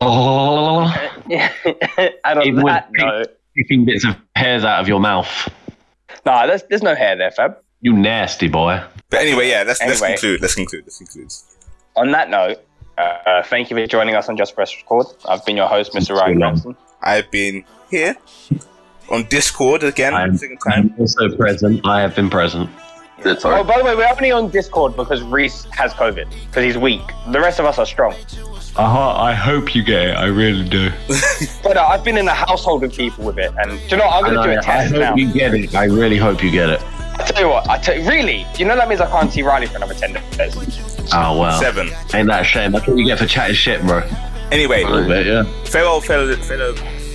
Oh, Yeah, [LAUGHS] and It on would that be- note, picking bits of hairs out of your mouth. nah, there's, there's no hair there, fam. You nasty boy. But anyway, yeah, let's let's Anyway. conclude. Let's conclude. Let's conclude. On that note, uh, uh, thank you for joining us on Just Press Record. I've been your host, Mr. Ryan Too long. Branson. I've been here on Discord again, I'm- second time. also present. I have been present. That's Oh, all. by the way, we're only on Discord because Reese has COVID because he's weak. The rest of us are strong. Uh-huh, I hope you get it. I really do. But uh, I've been in a household with people with it, and do you know what? I'm And gonna do I, a I test hope now. you get it. I really hope you get it. I tell you what, I tell really, you know that means I can't see Riley for another ten days. Oh, well. Seven. Ain't that a shame? That's what you get for chatting shit, bro. Anyway, A little bit, yeah. farewell, fellow fellow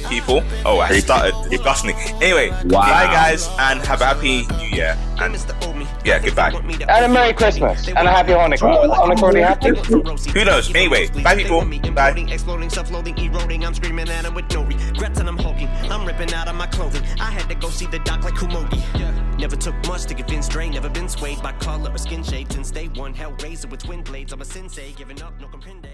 people. Oh, I started disgusting. Anyway, Wow. bye guys, and have a happy New Year. And yeah, goodbye. And a Merry Christmas and a Happy Hanukkah. Hanukkah already happened. Who knows? Anyway, bye, people. Bye. Exploding, self-loading, eroding. I'm screaming at him with no regrets, and I'm hulking. I'm ripping out of my clothing. I had to go see the doc like Kumodi. Never took much to convince Dre. Never been swayed by color or skin shade since day one. Hell razor with twin blades. I'm a sensei, giving up, no comprende.